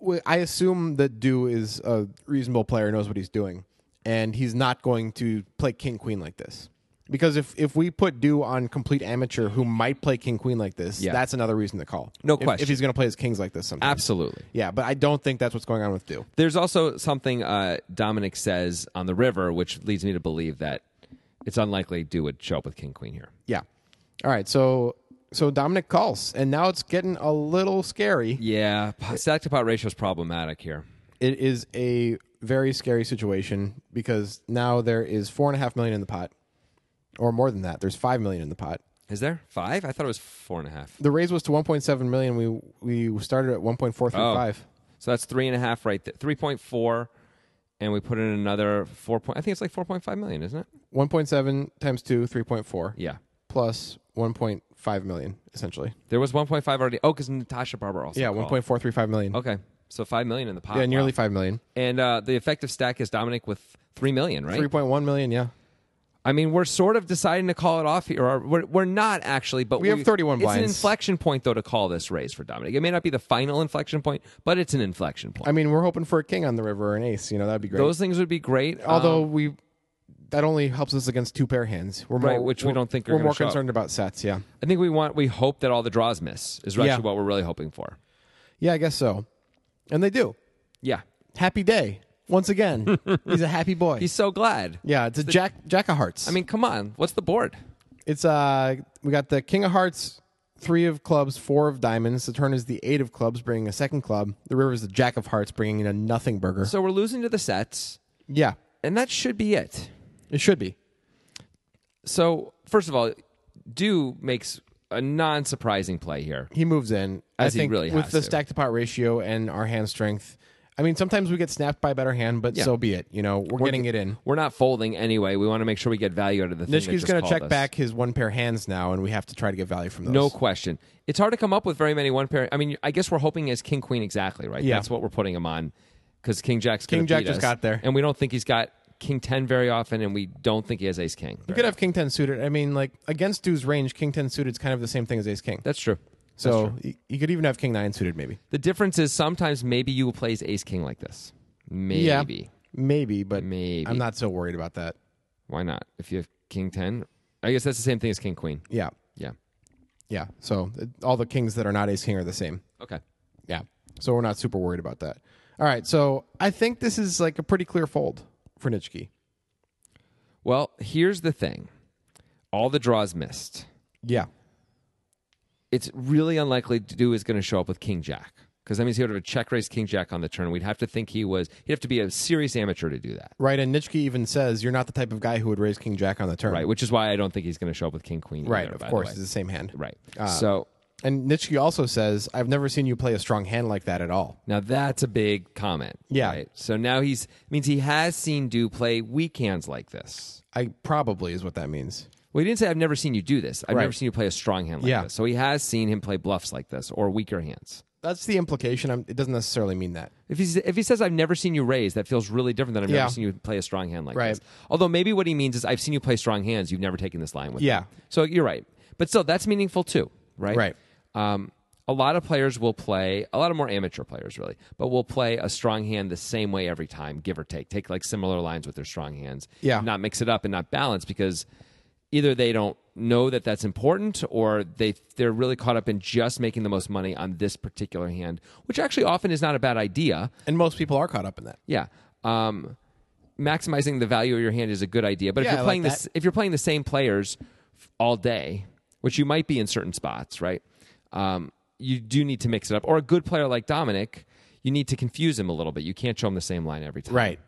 B: Wh- I assume that Do is a reasonable player, knows what he's doing, and he's not going to play king queen like this. Because if, if we put Do on complete amateur who might play king queen like this,
A: Yeah.
B: that's another reason to call.
A: No
B: If- If
A: question.
B: he's going to play his kings like this sometimes.
A: absolutely.
B: yeah, but I don't think that's what's going on with Do.
A: There's also something uh, Dominic says on the river, which leads me to believe that it's unlikely Dew would show up with King Queen here.
B: Yeah. All right. So so Dominic calls, and now it's getting a little scary.
A: Yeah, po- stack to pot ratio is problematic here.
B: It is a very scary situation because now there is four and a half million in the pot, or more than that. There's five million in the pot.
A: Is there five? I thought it was four and a half.
B: The raise was to 1.7 million. We we started at 1.435.
A: Oh. So that's three and a half right there. Three point four, and we put in another four point. I think it's like four point five million, isn't it?
B: 1.7 times two, 3.4
A: Yeah.
B: plus 1.5 million essentially.
A: There was one point five already. Oh, because Natasha Barber also.
B: Yeah,
A: called.
B: 1.435 million.
A: Okay, so five million in the pot.
B: Yeah, nearly
A: Wow.
B: five million.
A: And uh, the effective stack is Dominic with three million, right?
B: 3.1 million. Yeah.
A: I mean, we're sort of deciding to call it off here. Or we're, we're not actually, but
B: We have 31
A: It's an
B: blinds.
A: inflection point, though, to call this raise for Dominic. It may not be the final inflection point, but it's an inflection point.
B: I mean, we're hoping for a king on the river or an ace. You know, that'd be great.
A: Those things would be great.
B: Although
A: um,
B: we, that only helps us against two pair hands. We're
A: Right,
B: more,
A: which we
B: we're-
A: don't think are
B: we're
A: gonna
B: more
A: show up.
B: concerned about sets. Yeah,
A: I think we want, we hope that all the draws miss is actually
B: Yeah.
A: what we're really hoping for.
B: yeah, I guess so. And they do.
A: Yeah,
B: Happy day
A: [LAUGHS]
B: once again. He's a happy boy.
A: he's so glad.
B: yeah, it's a jack jack of hearts.
A: I mean, come on, what's the board?
B: it's uh, we got the king of hearts, three of clubs, four of diamonds. The turn is the eight of clubs, bringing a second club. The river is the jack of hearts, bringing in a nothing burger.
A: So we're losing to the sets,
B: yeah,
A: and that should be it.
B: it should be.
A: So first of all, do makes a non-surprising play here.
B: he moves in.
A: As
B: I
A: he
B: think
A: really
B: with
A: has
B: the
A: to.
B: stack to pot ratio and our hand strength. I mean, sometimes we get snapped by a better hand, but
A: Yeah.
B: so be it. You know, we're, getting it in.
A: We're not folding anyway. We want to make sure we get value out of the thing. that
B: Nishki's
A: just
B: going to
A: called
B: check
A: us.
B: back his one pair hands now, and we have to try to get value from those.
A: No question. It's hard to come up with very many one pair. I mean, I guess we're hoping as king queen exactly, right?
B: Yeah.
A: That's what we're putting him on because king jack's gonna
B: King Jack
A: beat
B: just
A: us.
B: got there.
A: and we don't think he's got king ten very often, and we don't think he has ace king.
B: You could have king ten suited. I mean, like against Du's range, king ten suited is kind of the same thing as ace king.
A: That's true.
B: so y- you could even have king nine suited, maybe.
A: The difference is sometimes maybe you will play his ace king like this. Maybe.
B: Yeah, maybe, but
A: Maybe.
B: I'm not so worried about that.
A: Why not? If you have king ten, I guess that's the same thing as king queen.
B: Yeah,
A: Yeah.
B: yeah. So uh, all the kings that are not ace king are the same.
A: Okay.
B: Yeah. So we're not super worried about that. All right. So I think this is like a pretty clear fold for Nitschke.
A: Well, here's the thing. All the draws missed.
B: Yeah.
A: it's really unlikely Dudu is going to show up with King Jack because that means he would have a check raise King Jack on the turn. We'd have to think he was, he'd have to be a serious amateur to do that,
B: Right. And Nitschke even says you're not the type of guy who would raise King Jack on the turn.
A: right? Which is why I don't think he's going to show up with King Queen.
B: Right.
A: either,
B: of
A: by the
B: course. Uh,
A: way.
B: It's the same hand.
A: Right. so
B: And Nitschke also says, I've never seen you play a strong hand like that at all.
A: now that's a big comment.
B: Yeah.
A: Right? So now he's, means he has seen Du play weak hands like this.
B: I probably is what that means.
A: Well, he didn't say, I've never seen you do this. I've
B: Right.
A: never seen you play a strong hand like
B: Yeah.
A: this. So he has seen him play bluffs like this or weaker hands.
B: That's the implication. I'm, it doesn't necessarily mean that.
A: If, he's, if he says, I've never seen you raise, that feels really different than I've
B: Yeah.
A: never seen you play a strong hand like
B: Right.
A: this. Although maybe what he means is, I've seen you play strong hands. You've never taken this line with me."
B: Yeah.
A: So you're right. But still, that's meaningful too, right?
B: Right.
A: Um, a lot of players will play, a lot of more amateur players really, but will play a strong hand the same way every time, give or take. Take like similar lines with their strong hands.
B: Yeah.
A: Not mix it up and not balance because either they don't know that that's important or they they're really caught up in just making the most money on this particular hand which actually often is not a bad idea
B: And most people are caught up in that.
A: yeah. Um, maximizing the value of your hand is a good idea, but
B: Yeah,
A: if
B: I
A: you're
B: like
A: playing
B: that.
A: this, if you're playing the same players f- all day, which you might be in certain spots, right? Um, you do need to mix it up. Or a good player like Dominic, you need to confuse him a little bit. You can't show him the same line every time.
B: Right.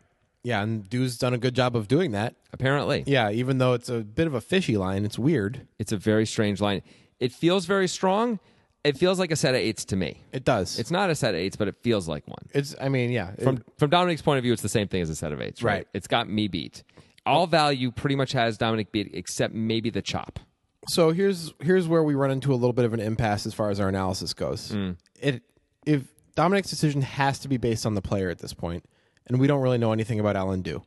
B: Yeah. And Dude's done a good job of doing that.
A: Apparently,
B: Yeah. Even though it's a bit of a fishy line, it's weird.
A: it's a very strange line. It feels very strong. It feels like a set of eights to me.
B: It does.
A: It's not a set of eights, but it feels like one.
B: It's. I mean, yeah.
A: From from Dominic's point of view, it's the same thing as a set of eights, right?
B: Right.
A: It's got me beat. All value pretty much has Dominic beat, except maybe the chop.
B: so here's here's where we run into a little bit of an impasse as far as our analysis goes. It if Dominic's decision has to be based on the player at this point, and we don't really know anything about Alan Dew.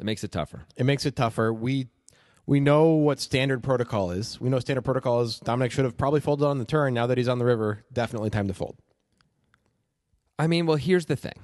A: It makes it tougher.
B: It makes it tougher. We we know what standard protocol is. We know standard protocol is Dominic should have probably folded on the turn. Now that he's on the river, definitely time to fold.
A: I mean, well, here's the thing.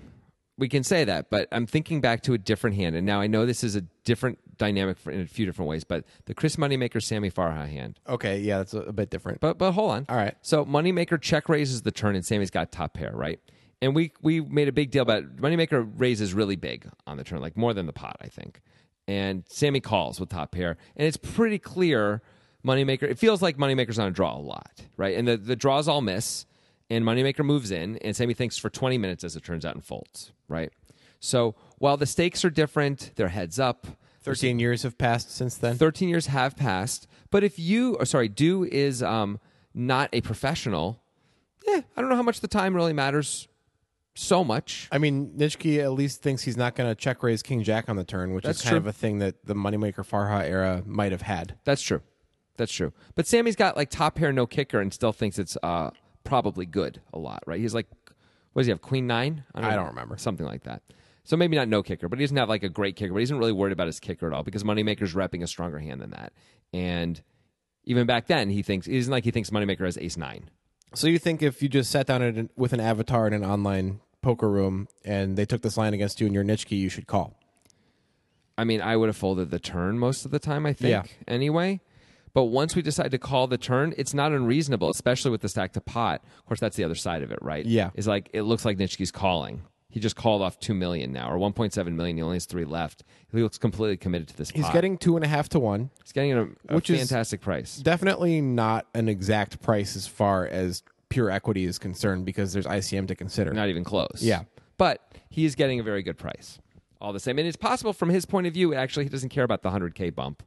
A: We can say that, but I'm thinking back to a different hand, and now I know this is a different dynamic for, in a few different ways. But the Chris Moneymaker Sammy Farha hand.
B: Okay, yeah, that's a, a bit different.
A: But but hold on.
B: All right.
A: So Moneymaker check raises the turn, and Sammy's got top pair, right? And we we made a big deal about it. Moneymaker raises really big on the turn, like more than the pot, I think. And Sammy calls with top pair, and it's pretty clear. Moneymaker, it feels like Moneymaker's on a draw a lot, right? And the, the draws all miss, and Moneymaker moves in, and Sammy thinks for 20 minutes as it turns out and folds, right? So while the stakes are different, they're heads up.
B: 13 years have passed since then.
A: 13 years have passed. But if you, or sorry, do is um, not a professional, eh, I don't know how much the time really matters so much.
B: I mean, Nitschke at least thinks he's not going to check raise King Jack on the turn, which
A: That's
B: is kind
A: true.
B: of a thing that the Moneymaker Farha era might have had.
A: That's true. That's true. But Sammy's got like top pair, no kicker, and still thinks it's uh, probably good a lot, right? He's like, what does he have? Queen nine?
B: I don't remember.
A: Something like that. So maybe not no kicker, but he doesn't have like a great kicker, but he isn't really worried about his kicker at all because Moneymaker's repping a stronger hand than that. And even back then, he thinks, it isn't like he thinks Moneymaker has ace nine.
B: So you think if you just sat down at an, with an avatar in an online poker room and they took this line against you and your Nitschke, you should call.
A: I mean, I would have folded the turn most of the time, I think,
B: Yeah.
A: anyway. But once we decide to call the turn, it's not unreasonable, especially with the stack to pot. Of course, that's the other side of it, right?
B: Yeah.
A: Is like, it looks like Nitschke's calling. He just called off 2 million now, or 1.7 million. He only has three left. He looks completely committed to this
B: He's
A: pot.
B: getting two and a half to one.
A: He's getting a, a
B: Which is-
A: fantastic price.
B: Definitely not an exact price as far as pure equity is concerned because there's ICM to consider.
A: Not even close.
B: Yeah.
A: But he is getting a very good price all the same. And it's possible from his point of view, actually, he doesn't care about the 100K bump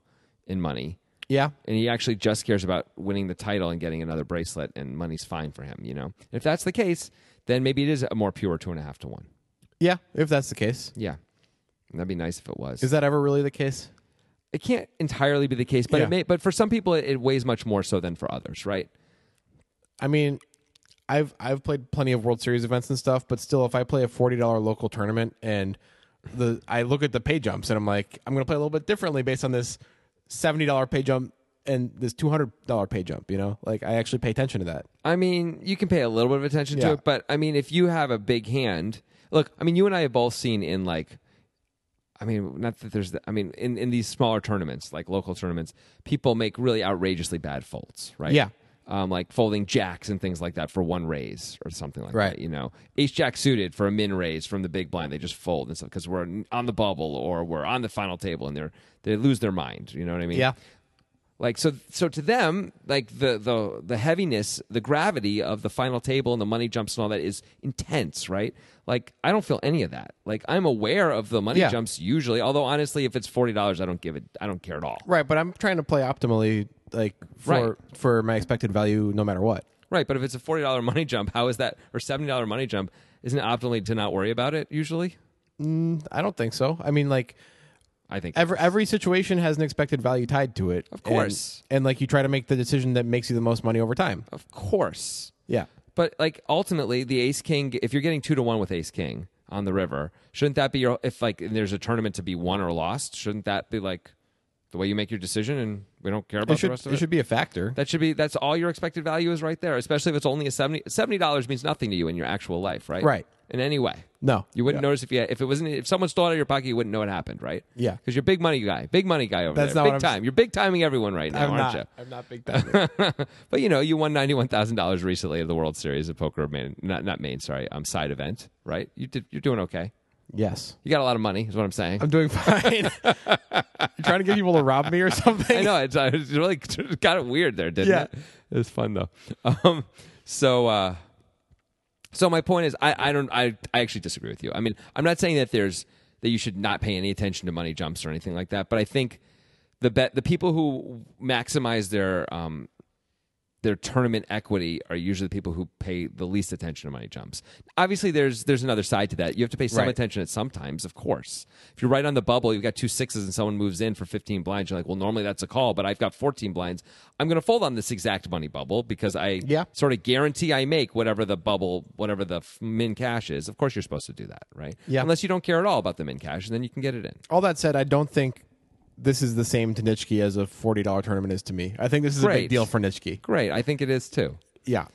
A: in money.
B: Yeah.
A: and he actually just cares about winning the title and getting another bracelet, and money's fine for him, you know? If that's the case, then maybe it is a more pure two and a half to one.
B: Yeah. If that's the case.
A: Yeah. That'd be nice if it was.
B: Is that ever really the case?
A: It can't entirely be the case, but
B: Yeah.
A: it may but for some people it, it weighs much more so than for others, right?
B: I mean, I've I've played plenty of World Series events and stuff, but still, if I play a forty dollar local tournament and the I look at the pay jumps and I'm like, I'm gonna play a little bit differently based on this seventy dollar pay jump and this two hundred dollar pay jump. You know, like I actually pay attention to that.
A: I mean, you can pay a little bit of attention to
B: Yeah.
A: it, but I mean, if you have a big hand, look, I mean, you and I have both seen in like, I mean, not that there's, the, I mean, in, in these smaller tournaments, like local tournaments, people make really outrageously bad folds, right?
B: Yeah.
A: Um, like folding jacks and things like that for one raise or something like
B: Right.
A: that, you know. Ace jack suited for a min raise from the big blind, they just fold and stuff because we're on the bubble or we're on the final table and they're they lose their mind. You know what I mean?
B: Yeah.
A: like so so to them like the the the heaviness the gravity of the final table and the money jumps and all that is intense right like i don't feel any of that like i'm aware of the money
B: Yeah.
A: jumps usually although honestly if it's $40 i don't give it i don't care at all
B: Right, but I'm trying to play optimally, like for
A: Right.
B: for my expected value, no matter what.
A: right but if it's a $40 [LAUGHS] money jump how is that or $70 money jump isn't it optimally to not worry about it usually
B: I don't think so. I mean, like
A: i think
B: every every situation has an expected value tied to it, of
A: course. Oh.
B: and like you try to make the decision that makes you the most money over time.
A: of course
B: Yeah.
A: But like ultimately, the ace king. If you're getting two to one with ace king on the river, shouldn't that be your? If like there's a tournament to be won or lost, shouldn't that be like the way you make your decision? And we don't care about
B: It should,
A: the rest of
B: it
A: it.
B: should be a factor.
A: that should be that's all your expected value is right there. Especially if it's only a 70 dollars means nothing to you in your actual life, right?
B: Right.
A: In any way,
B: No.
A: you wouldn't notice if you if it wasn't if someone stole it out of your pocket, you wouldn't know it happened, right?
B: Yeah.
A: because you're a big money guy, big money guy over
B: That's
A: there,
B: not
A: big
B: what I'm s-
A: time. You're big timing everyone right now,
B: I'm
A: aren't
B: not.
A: you?
B: I'm not big time.
A: [LAUGHS] but you know, you won ninety one thousand dollars recently at the World Series of Poker Main, not not Main, sorry, um, side event, right? You did, you're doing okay.
B: yes.
A: You got a lot of money, is what I'm saying.
B: I'm
A: [LAUGHS]
B: doing fine. [LAUGHS] You're trying to get people to rob me or something?
A: I know it's, uh, it's really [LAUGHS] got it weird there, didn't
B: Yeah.
A: it? It was fun though. [LAUGHS] Um, so, uh, so my point is, I, I don't, I, I actually disagree with you. I mean, I'm not saying that there's that you should not pay any attention to money jumps or anything like that, but I think the bet the people who maximize their um, their tournament equity are usually the people who pay the least attention to money jumps. Obviously, there's there's another side to that. You have to pay some
B: Right.
A: attention at some times, of course. If you're right on the bubble, you've got two sixes, and someone moves in for 15 blinds. You're like, well, normally that's a call, but I've got 14 blinds. I'm going to fold on this exact money bubble because I
B: Yeah.
A: sort of guarantee I make whatever the bubble, whatever the f- min cash is. Of course, you're supposed to do that, right?
B: Yeah.
A: Unless you don't care at all about the min cash, and then you can get it in.
B: All that said, I don't think this is the same to Nitschke as a $40 tournament is to me. I think this is a
A: Great.
B: big deal for Nitschke.
A: Great, I think it is too.
B: Yeah.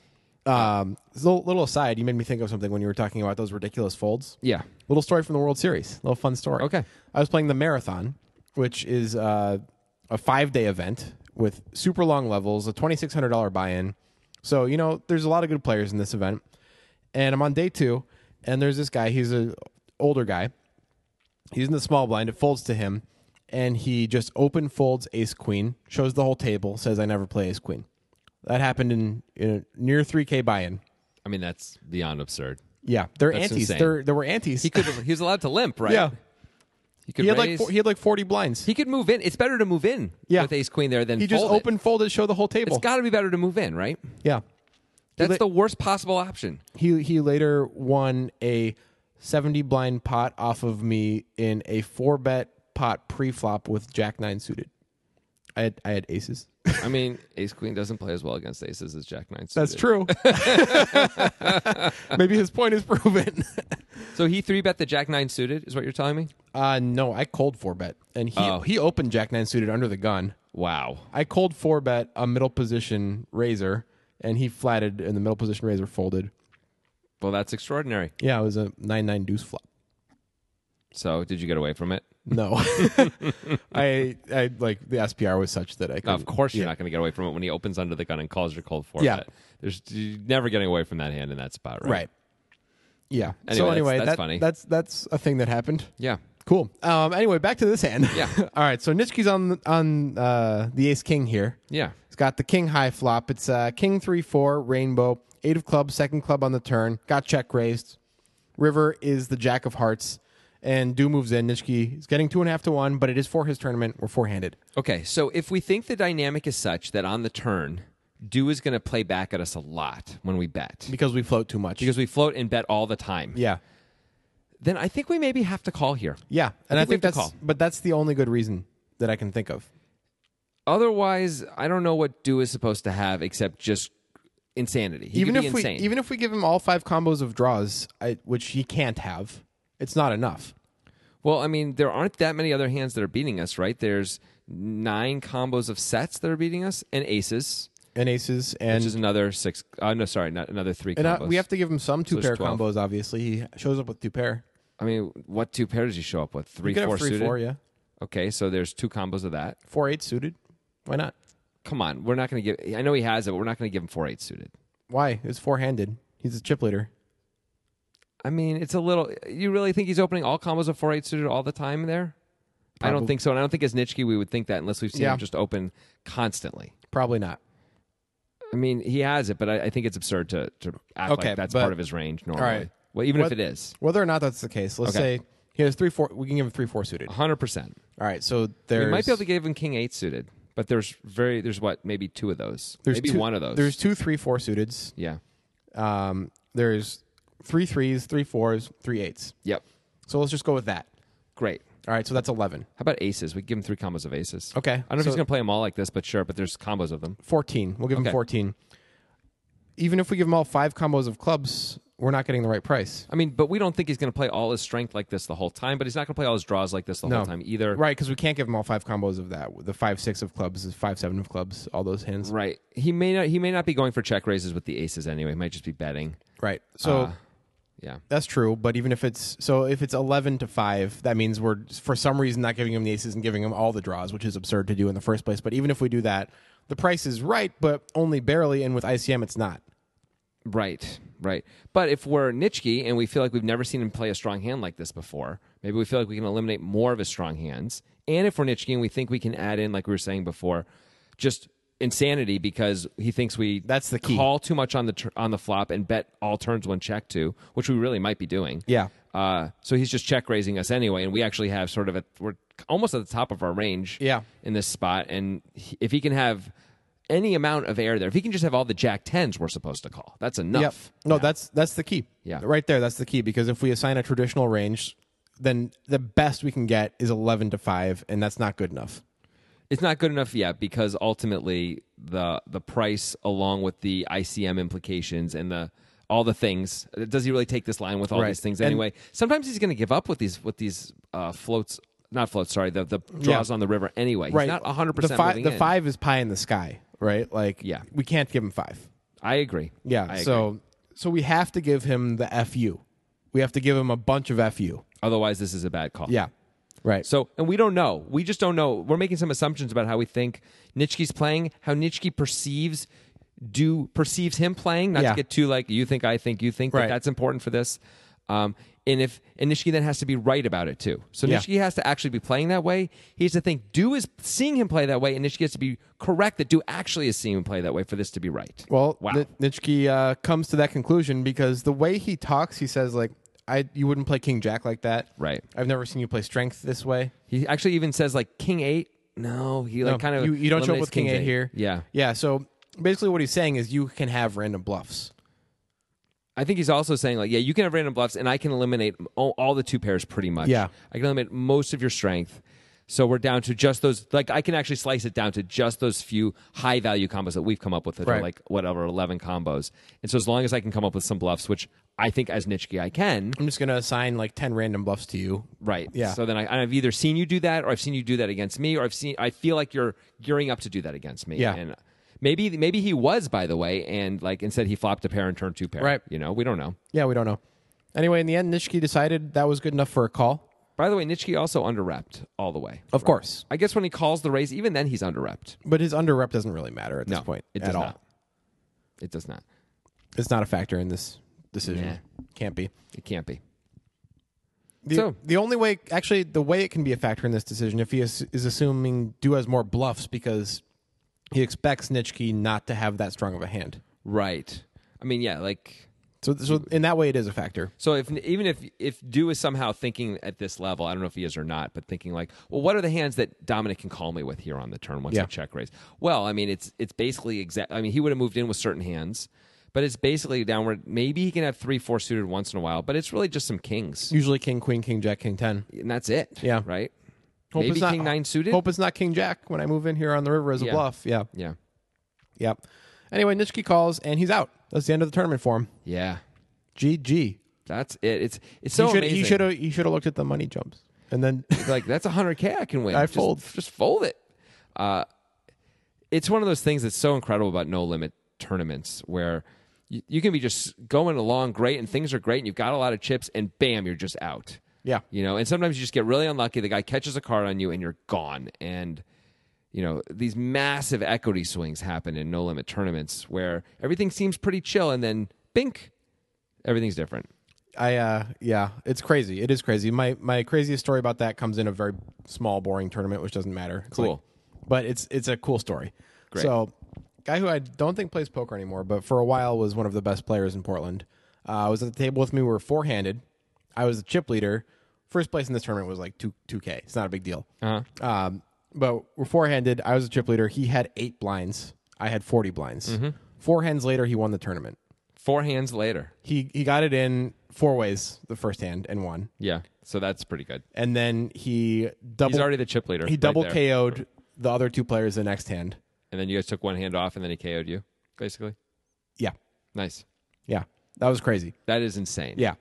A: Uh,
B: Um, so little aside, you made me think of something when you were talking about those ridiculous folds.
A: Yeah.
B: Little story from the World Series. Little fun story.
A: Okay.
B: I was playing the marathon, which is uh, a five day event with super long levels, a twenty six hundred dollar buy in. So you know, there's a lot of good players in this event, and I'm on day two, and there's this guy. He's a older guy. He's in the small blind. It folds to him, and he just open folds ace queen, shows the whole table, says I never play ace queen. That happened in, in a near three k buy in.
A: I mean, that's beyond absurd.
B: Yeah, they're
A: That's
B: antes.
A: insane.
B: They're, there were antes.
A: He could. He was allowed to limp, right?
B: [LAUGHS] yeah,
A: He could
B: he had like
A: raise.
B: four, he had like forty blinds.
A: he could move in. It's better to move in
B: Yeah.
A: with ace queen there than
B: He just
A: fold it.
B: opened, folded, showed the whole table.
A: It's got to be better to move in, right?
B: yeah,
A: That's
B: let-
A: the worst possible option.
B: he he later won a seventy blind pot off of me in a four bet pot pre flop with Jack nine suited. I had I had
A: [LAUGHS]
B: aces.
A: I mean, ace queen doesn't play as well against aces as jack nine.
B: That's true. [LAUGHS] Maybe his point is proven. [LAUGHS]
A: So he three bet the jack nine suited is what you're telling me.
B: Uh no, I cold four bet, and he
A: Oh.
B: he opened Jack nine suited under the gun.
A: Wow.
B: I cold four bet a middle position razor, and he flatted, and the middle position razor folded.
A: Well, that's extraordinary.
B: Yeah, it was a nine nine deuce flop.
A: So did you get away from it?
B: No, [LAUGHS] I I like the SPR was such that I could.
A: Of course, you're not going to get away from it when he opens under the gun and calls your cold four.
B: Yeah.
A: bet. There's you're never getting away from that hand in that spot, right?
B: Right. Yeah.
A: Anyway,
B: so
A: that's-
B: anyway,
A: that's
B: that-
A: funny.
B: that's that's a thing that happened.
A: Yeah.
B: Cool. Um, anyway, back to this hand.
A: Yeah.
B: [LAUGHS] All right. So Nitschke's on on uh, the ace king here.
A: Yeah.
B: It's got the king high flop. It's uh, king three four rainbow eight of clubs second club on the turn. Got check raised. River is the jack of hearts, and do moves in. Nitschke is getting two and a half to one, but it is for his tournament. We're four handed.
A: Okay. So if we think the dynamic is such that on the turn, do is going to play back at us a lot when we bet
B: because we float too much.
A: because we float and bet all the time.
B: yeah,
A: Then I think we maybe have to call here.
B: yeah, and I
A: think we have
B: think,
A: to
B: that's
A: call.
B: but that's the only good reason that I can think of.
A: Otherwise, I don't know what do is supposed to have except just insanity. He
B: even
A: could
B: if
A: be
B: we
A: insane.
B: even if we give him all five combos of draws, I, which he can't have, it's not enough.
A: Well, I mean, there aren't that many other hands that are beating us, right? There's nine combos of sets that are beating us, and aces,
B: And aces
A: which
B: and
A: is another six. Uh, no, sorry, not another three
B: and uh,
A: combos.
B: we have to give him some two
A: there's
B: pair
A: 12.
B: combos. Obviously, he shows up with two pair.
A: I mean, what two pairs does he show up with? Three,
B: You could
A: four
B: have three
A: suited.
B: four, yeah,
A: Okay, so there's two combos of that.
B: four eight suited. Why not?
A: Come on, we're not going to give. I know he has it, but we're not going to give him four eight suited.
B: Why? It's four handed. He's a chip leader.
A: I mean, it's a little. You really think he's opening all combos of four eight suited all the time there? I don't
B: Probab-
A: think so, and I don't think as Nitschke we would think that unless we've seen
B: Yeah.
A: him just open constantly.
B: Probably not.
A: I mean, he has it, but I, I think it's absurd to, to act
B: Okay,
A: like that's
B: but-
A: part of his range normally.
B: All right.
A: Well, even
B: What-
A: if it is,
B: Whether or not that's the case, let's
A: Okay.
B: say he has three four. We can give him three four suited.
A: 100%.
B: All right, so there's
A: We might be able to give him king eight suited, but there's very, there's what, maybe two of those.
B: there's
A: maybe
B: two,
A: one of those.
B: There's two three four suiteds.
A: yeah.
B: Um, there's three threes, three fours, three eights.
A: Yep.
B: So let's just go with that.
A: Great.
B: All right, so that's eleven.
A: How about aces? We give him three combos of aces.
B: Okay,
A: I don't know if
B: so
A: he's going to play them all like this, but sure, but there's combos of them.
B: fourteen. We'll give
A: Okay.
B: him fourteen. Even if we give him all five combos of clubs, we're not getting the right price,
A: I mean, but we don't think he's going to play all his strength like this the whole time, but he's not going to play all his draws like this the
B: No.
A: whole time either.
B: right? Because we can't give him all five combos of that. The five six of clubs, the five seven of clubs, all those hands. Right.
A: Right. He may not he may not be going for check raises with the aces anyway. He might just be betting.
B: So
A: Uh, yeah.
B: that's true. But even if it's so, if it's eleven to five, that means we're for some reason not giving him the aces and giving him all the draws, which is absurd to do in the first place. But even if we do that, the price is right, but only barely. And with ICM, it's not.
A: Right, right. But if we're Nitschke and we feel like we've never seen him play a strong hand like this before, maybe we feel like we can eliminate more of his strong hands. And if we're Nitschke and we think we can add in, like we were saying before, just insanity because he thinks we
B: That's the key.
A: call too much on the tur- on the flop and bet all turns one check to, which we really might be doing.
B: Yeah.
A: Uh, so he's just check raising us anyway, and we actually have sort of a we're almost at the top of our range.
B: Yeah.
A: In this spot, and he- if he can have any amount of air there, if he can just have all the jack tens we're supposed to call, that's enough.
B: Yep. No, that's that's the key.
A: Yeah.
B: Right there, that's the key because if we assign a traditional range, then the best we can get is 11 to 5 and that's not good enough.
A: It's not good enough yet because ultimately the the price along with the ICM implications and the all the things does he really take this line with all
B: Right.
A: these things
B: And-
A: anyway? Sometimes he's going to give up with these with these uh, floats, not floats. Sorry, the the draws on the river anyway. He's not hundred
B: The
A: percent.
B: fi- the 5 is pie in the sky, right? Like
A: Yeah.
B: we can't give him 5.
A: I agree.
B: Yeah.
A: I agree.
B: so so we have to give him the FU. We have to give him a bunch of FU.
A: otherwise this is a bad call.
B: Yeah. Right.
A: So, and we don't know. We just don't know. We're making some assumptions about how we think Nitschke's playing, how Nitschke perceives do perceives him playing. Not
B: Yeah.
A: to get too like you think, I think, you think. But
B: Right.
A: that's important for this. Um, and if and Nishiki then has to be right about it too. So
B: Yeah.
A: Nishiki has to actually be playing that way. He has to think Do is seeing him play that way, and Nishiki has to be correct that Do actually is seeing him play that way for this to be right.
B: Well,
A: Wow.
B: Ni- Nitschke uh, comes to that conclusion because the way he talks, he says like, "I you wouldn't play King Jack like that,
A: Right.
B: I've never seen you play strength this way.
A: He actually even says like King Eight. No, he like
B: No,
A: kind of
B: you, you don't show up
A: eliminates
B: with King Eight here.
A: Yeah,
B: yeah. So basically, what he's saying is you can have random bluffs.
A: I think he's also saying like, yeah, you can have random bluffs, and I can eliminate all, all the two pairs pretty much.
B: Yeah.
A: I can eliminate most of your strength. So we're down to just those. Like, I can actually slice it down to just those few high value combos that we've come up with, that are
B: Right.
A: like whatever eleven combos. And so as long as I can come up with some bluffs, which I think as Nitschke I can,
B: I'm just gonna assign like ten random bluffs to you.
A: right?
B: Yeah.
A: So then I, I've either seen you do that, or I've seen you do that against me, or I've seen. I feel like you're gearing up to do that against me.
B: Yeah.
A: And maybe maybe he was by the way, and like instead he flopped a pair and turned two pair.
B: Right.
A: You know, we don't know.
B: Yeah, we don't know. Anyway, in the end, Nitschke decided that was good enough for a call.
A: By the way, Nitschke also underrepped all the way.
B: Of course,
A: I guess when he calls the raise, even then he's underrepped.
B: but his under rep doesn't really matter at this
A: No,
B: point
A: it
B: at
A: does
B: all.
A: not. It does not.
B: It's not a factor in this decision. Can't be.
A: It can't be.
B: The,
A: So-
B: the only way, actually, the way it can be a factor in this decision, if he is, is assuming Du has more bluffs because he expects Nitschke not to have that strong of a hand.
A: Right. I mean, yeah, like
B: So, so in that way, it is a factor.
A: so if even if if Do is somehow thinking at this level, I don't know if he is or not, but thinking like, well, what are the hands that Dominic can call me with here on the turn once
B: Yeah.
A: I check raise? Well, I mean, it's it's basically exact. I mean, he would have moved in with certain hands, but it's basically downward. Maybe he can have three four suited once in a while, but it's really just some kings,
B: Usually King, Queen, King, Jack, King, 10.
A: and that's it.
B: Yeah.
A: Right.
B: Hope
A: Maybe
B: it's not-
A: king nine suited.
B: Hope it's not King Jack when I move in here on the river as a
A: Yeah.
B: bluff. Yeah.
A: yeah.
B: Yep. Anyway, Nitschke calls and he's out. That's the end of the tournament for him.
A: Yeah.
B: GG.
A: That's it. It's it's so amazing.
B: he should have he should have looked at the money jumps and then
A: like that's 100k I can win.
B: I
A: Just-
B: fold.
A: Just fold it. Uh, it's one of those things that's so incredible about no limit tournaments where you, you can be just going along great and things are great and you've got a lot of chips and bam you're just out.
B: yeah
A: You know, and sometimes you just get really unlucky. The guy catches a card on you and you're gone. And you know these massive equity swings happen in no limit tournaments where everything seems pretty chill and then bink, everything's different.
B: I uh yeah, it's crazy. It is crazy. My my craziest story about that comes in a very small, boring tournament, which doesn't matter. It's
A: Cool.
B: like- but it's it's a cool story. So guy who I don't think plays poker anymore, but for a while was one of the best players in Portland. Uh was at the table with me, we were four handed. I was the chip leader. First place in this tournament was like two two K. It's not a big deal. Uh-huh. Um but we're four handed. I was a chip leader. He had eight blinds. I had forty blinds. Four hands later he won the tournament.
A: Four hands later.
B: He he got it in four ways the first hand and won
A: Yeah. So that's pretty good.
B: and then he double
A: He's already the chip leader.
B: he
A: right
B: double
A: there.
B: KO'd the other two players the next hand.
A: And then you guys took one hand off and then he KO'd you, basically.
B: Yeah,
A: Nice.
B: yeah, that was crazy.
A: That is insane.
B: Yeah,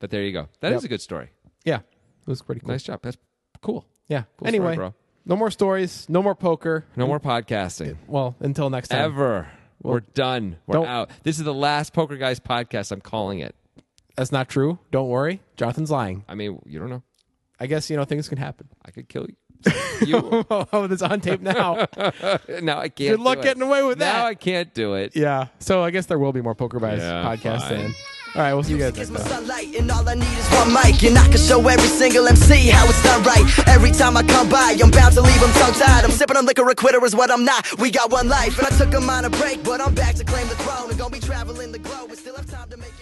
A: But there you go. That is
B: Yep.
A: a good story.
B: yeah, it was pretty cool.
A: Nice job. That's cool.
B: Yeah.
A: Cool story,
B: anyway,
A: bro.
B: no more stories, no more poker.
A: No more podcasting.
B: Well, until next time.
A: Ever. We're done. We're
B: don't-
A: out. This is the last Poker Guys podcast. I'm calling it.
B: That's not true. Don't worry, Jonathan's lying.
A: I mean, you don't know.
B: I guess you know things can happen. [LAUGHS]
A: I could kill you. you
B: oh, that's on
A: [LAUGHS]
B: tape now.
A: now I can't.
B: Good luck
A: do it.
B: getting away with
A: Now
B: that.
A: I can't do it.
B: yeah. So I guess there will be more poker bias
A: Yeah,
B: podcasts.
A: fine.
B: Then. All right, we'll see you guys
C: Music is
B: next
C: my
B: time.
C: sunlight, and all I need is one mic. And I can show every single MC how it's done right. Every time I come by, I'm bound to leave them tongue tied. I'm sipping on liquor, a quitter is what I'm not. We got one life, and I took a minor break, but I'm back to claim the throne. And gonna be traveling the globe, and still have time to make.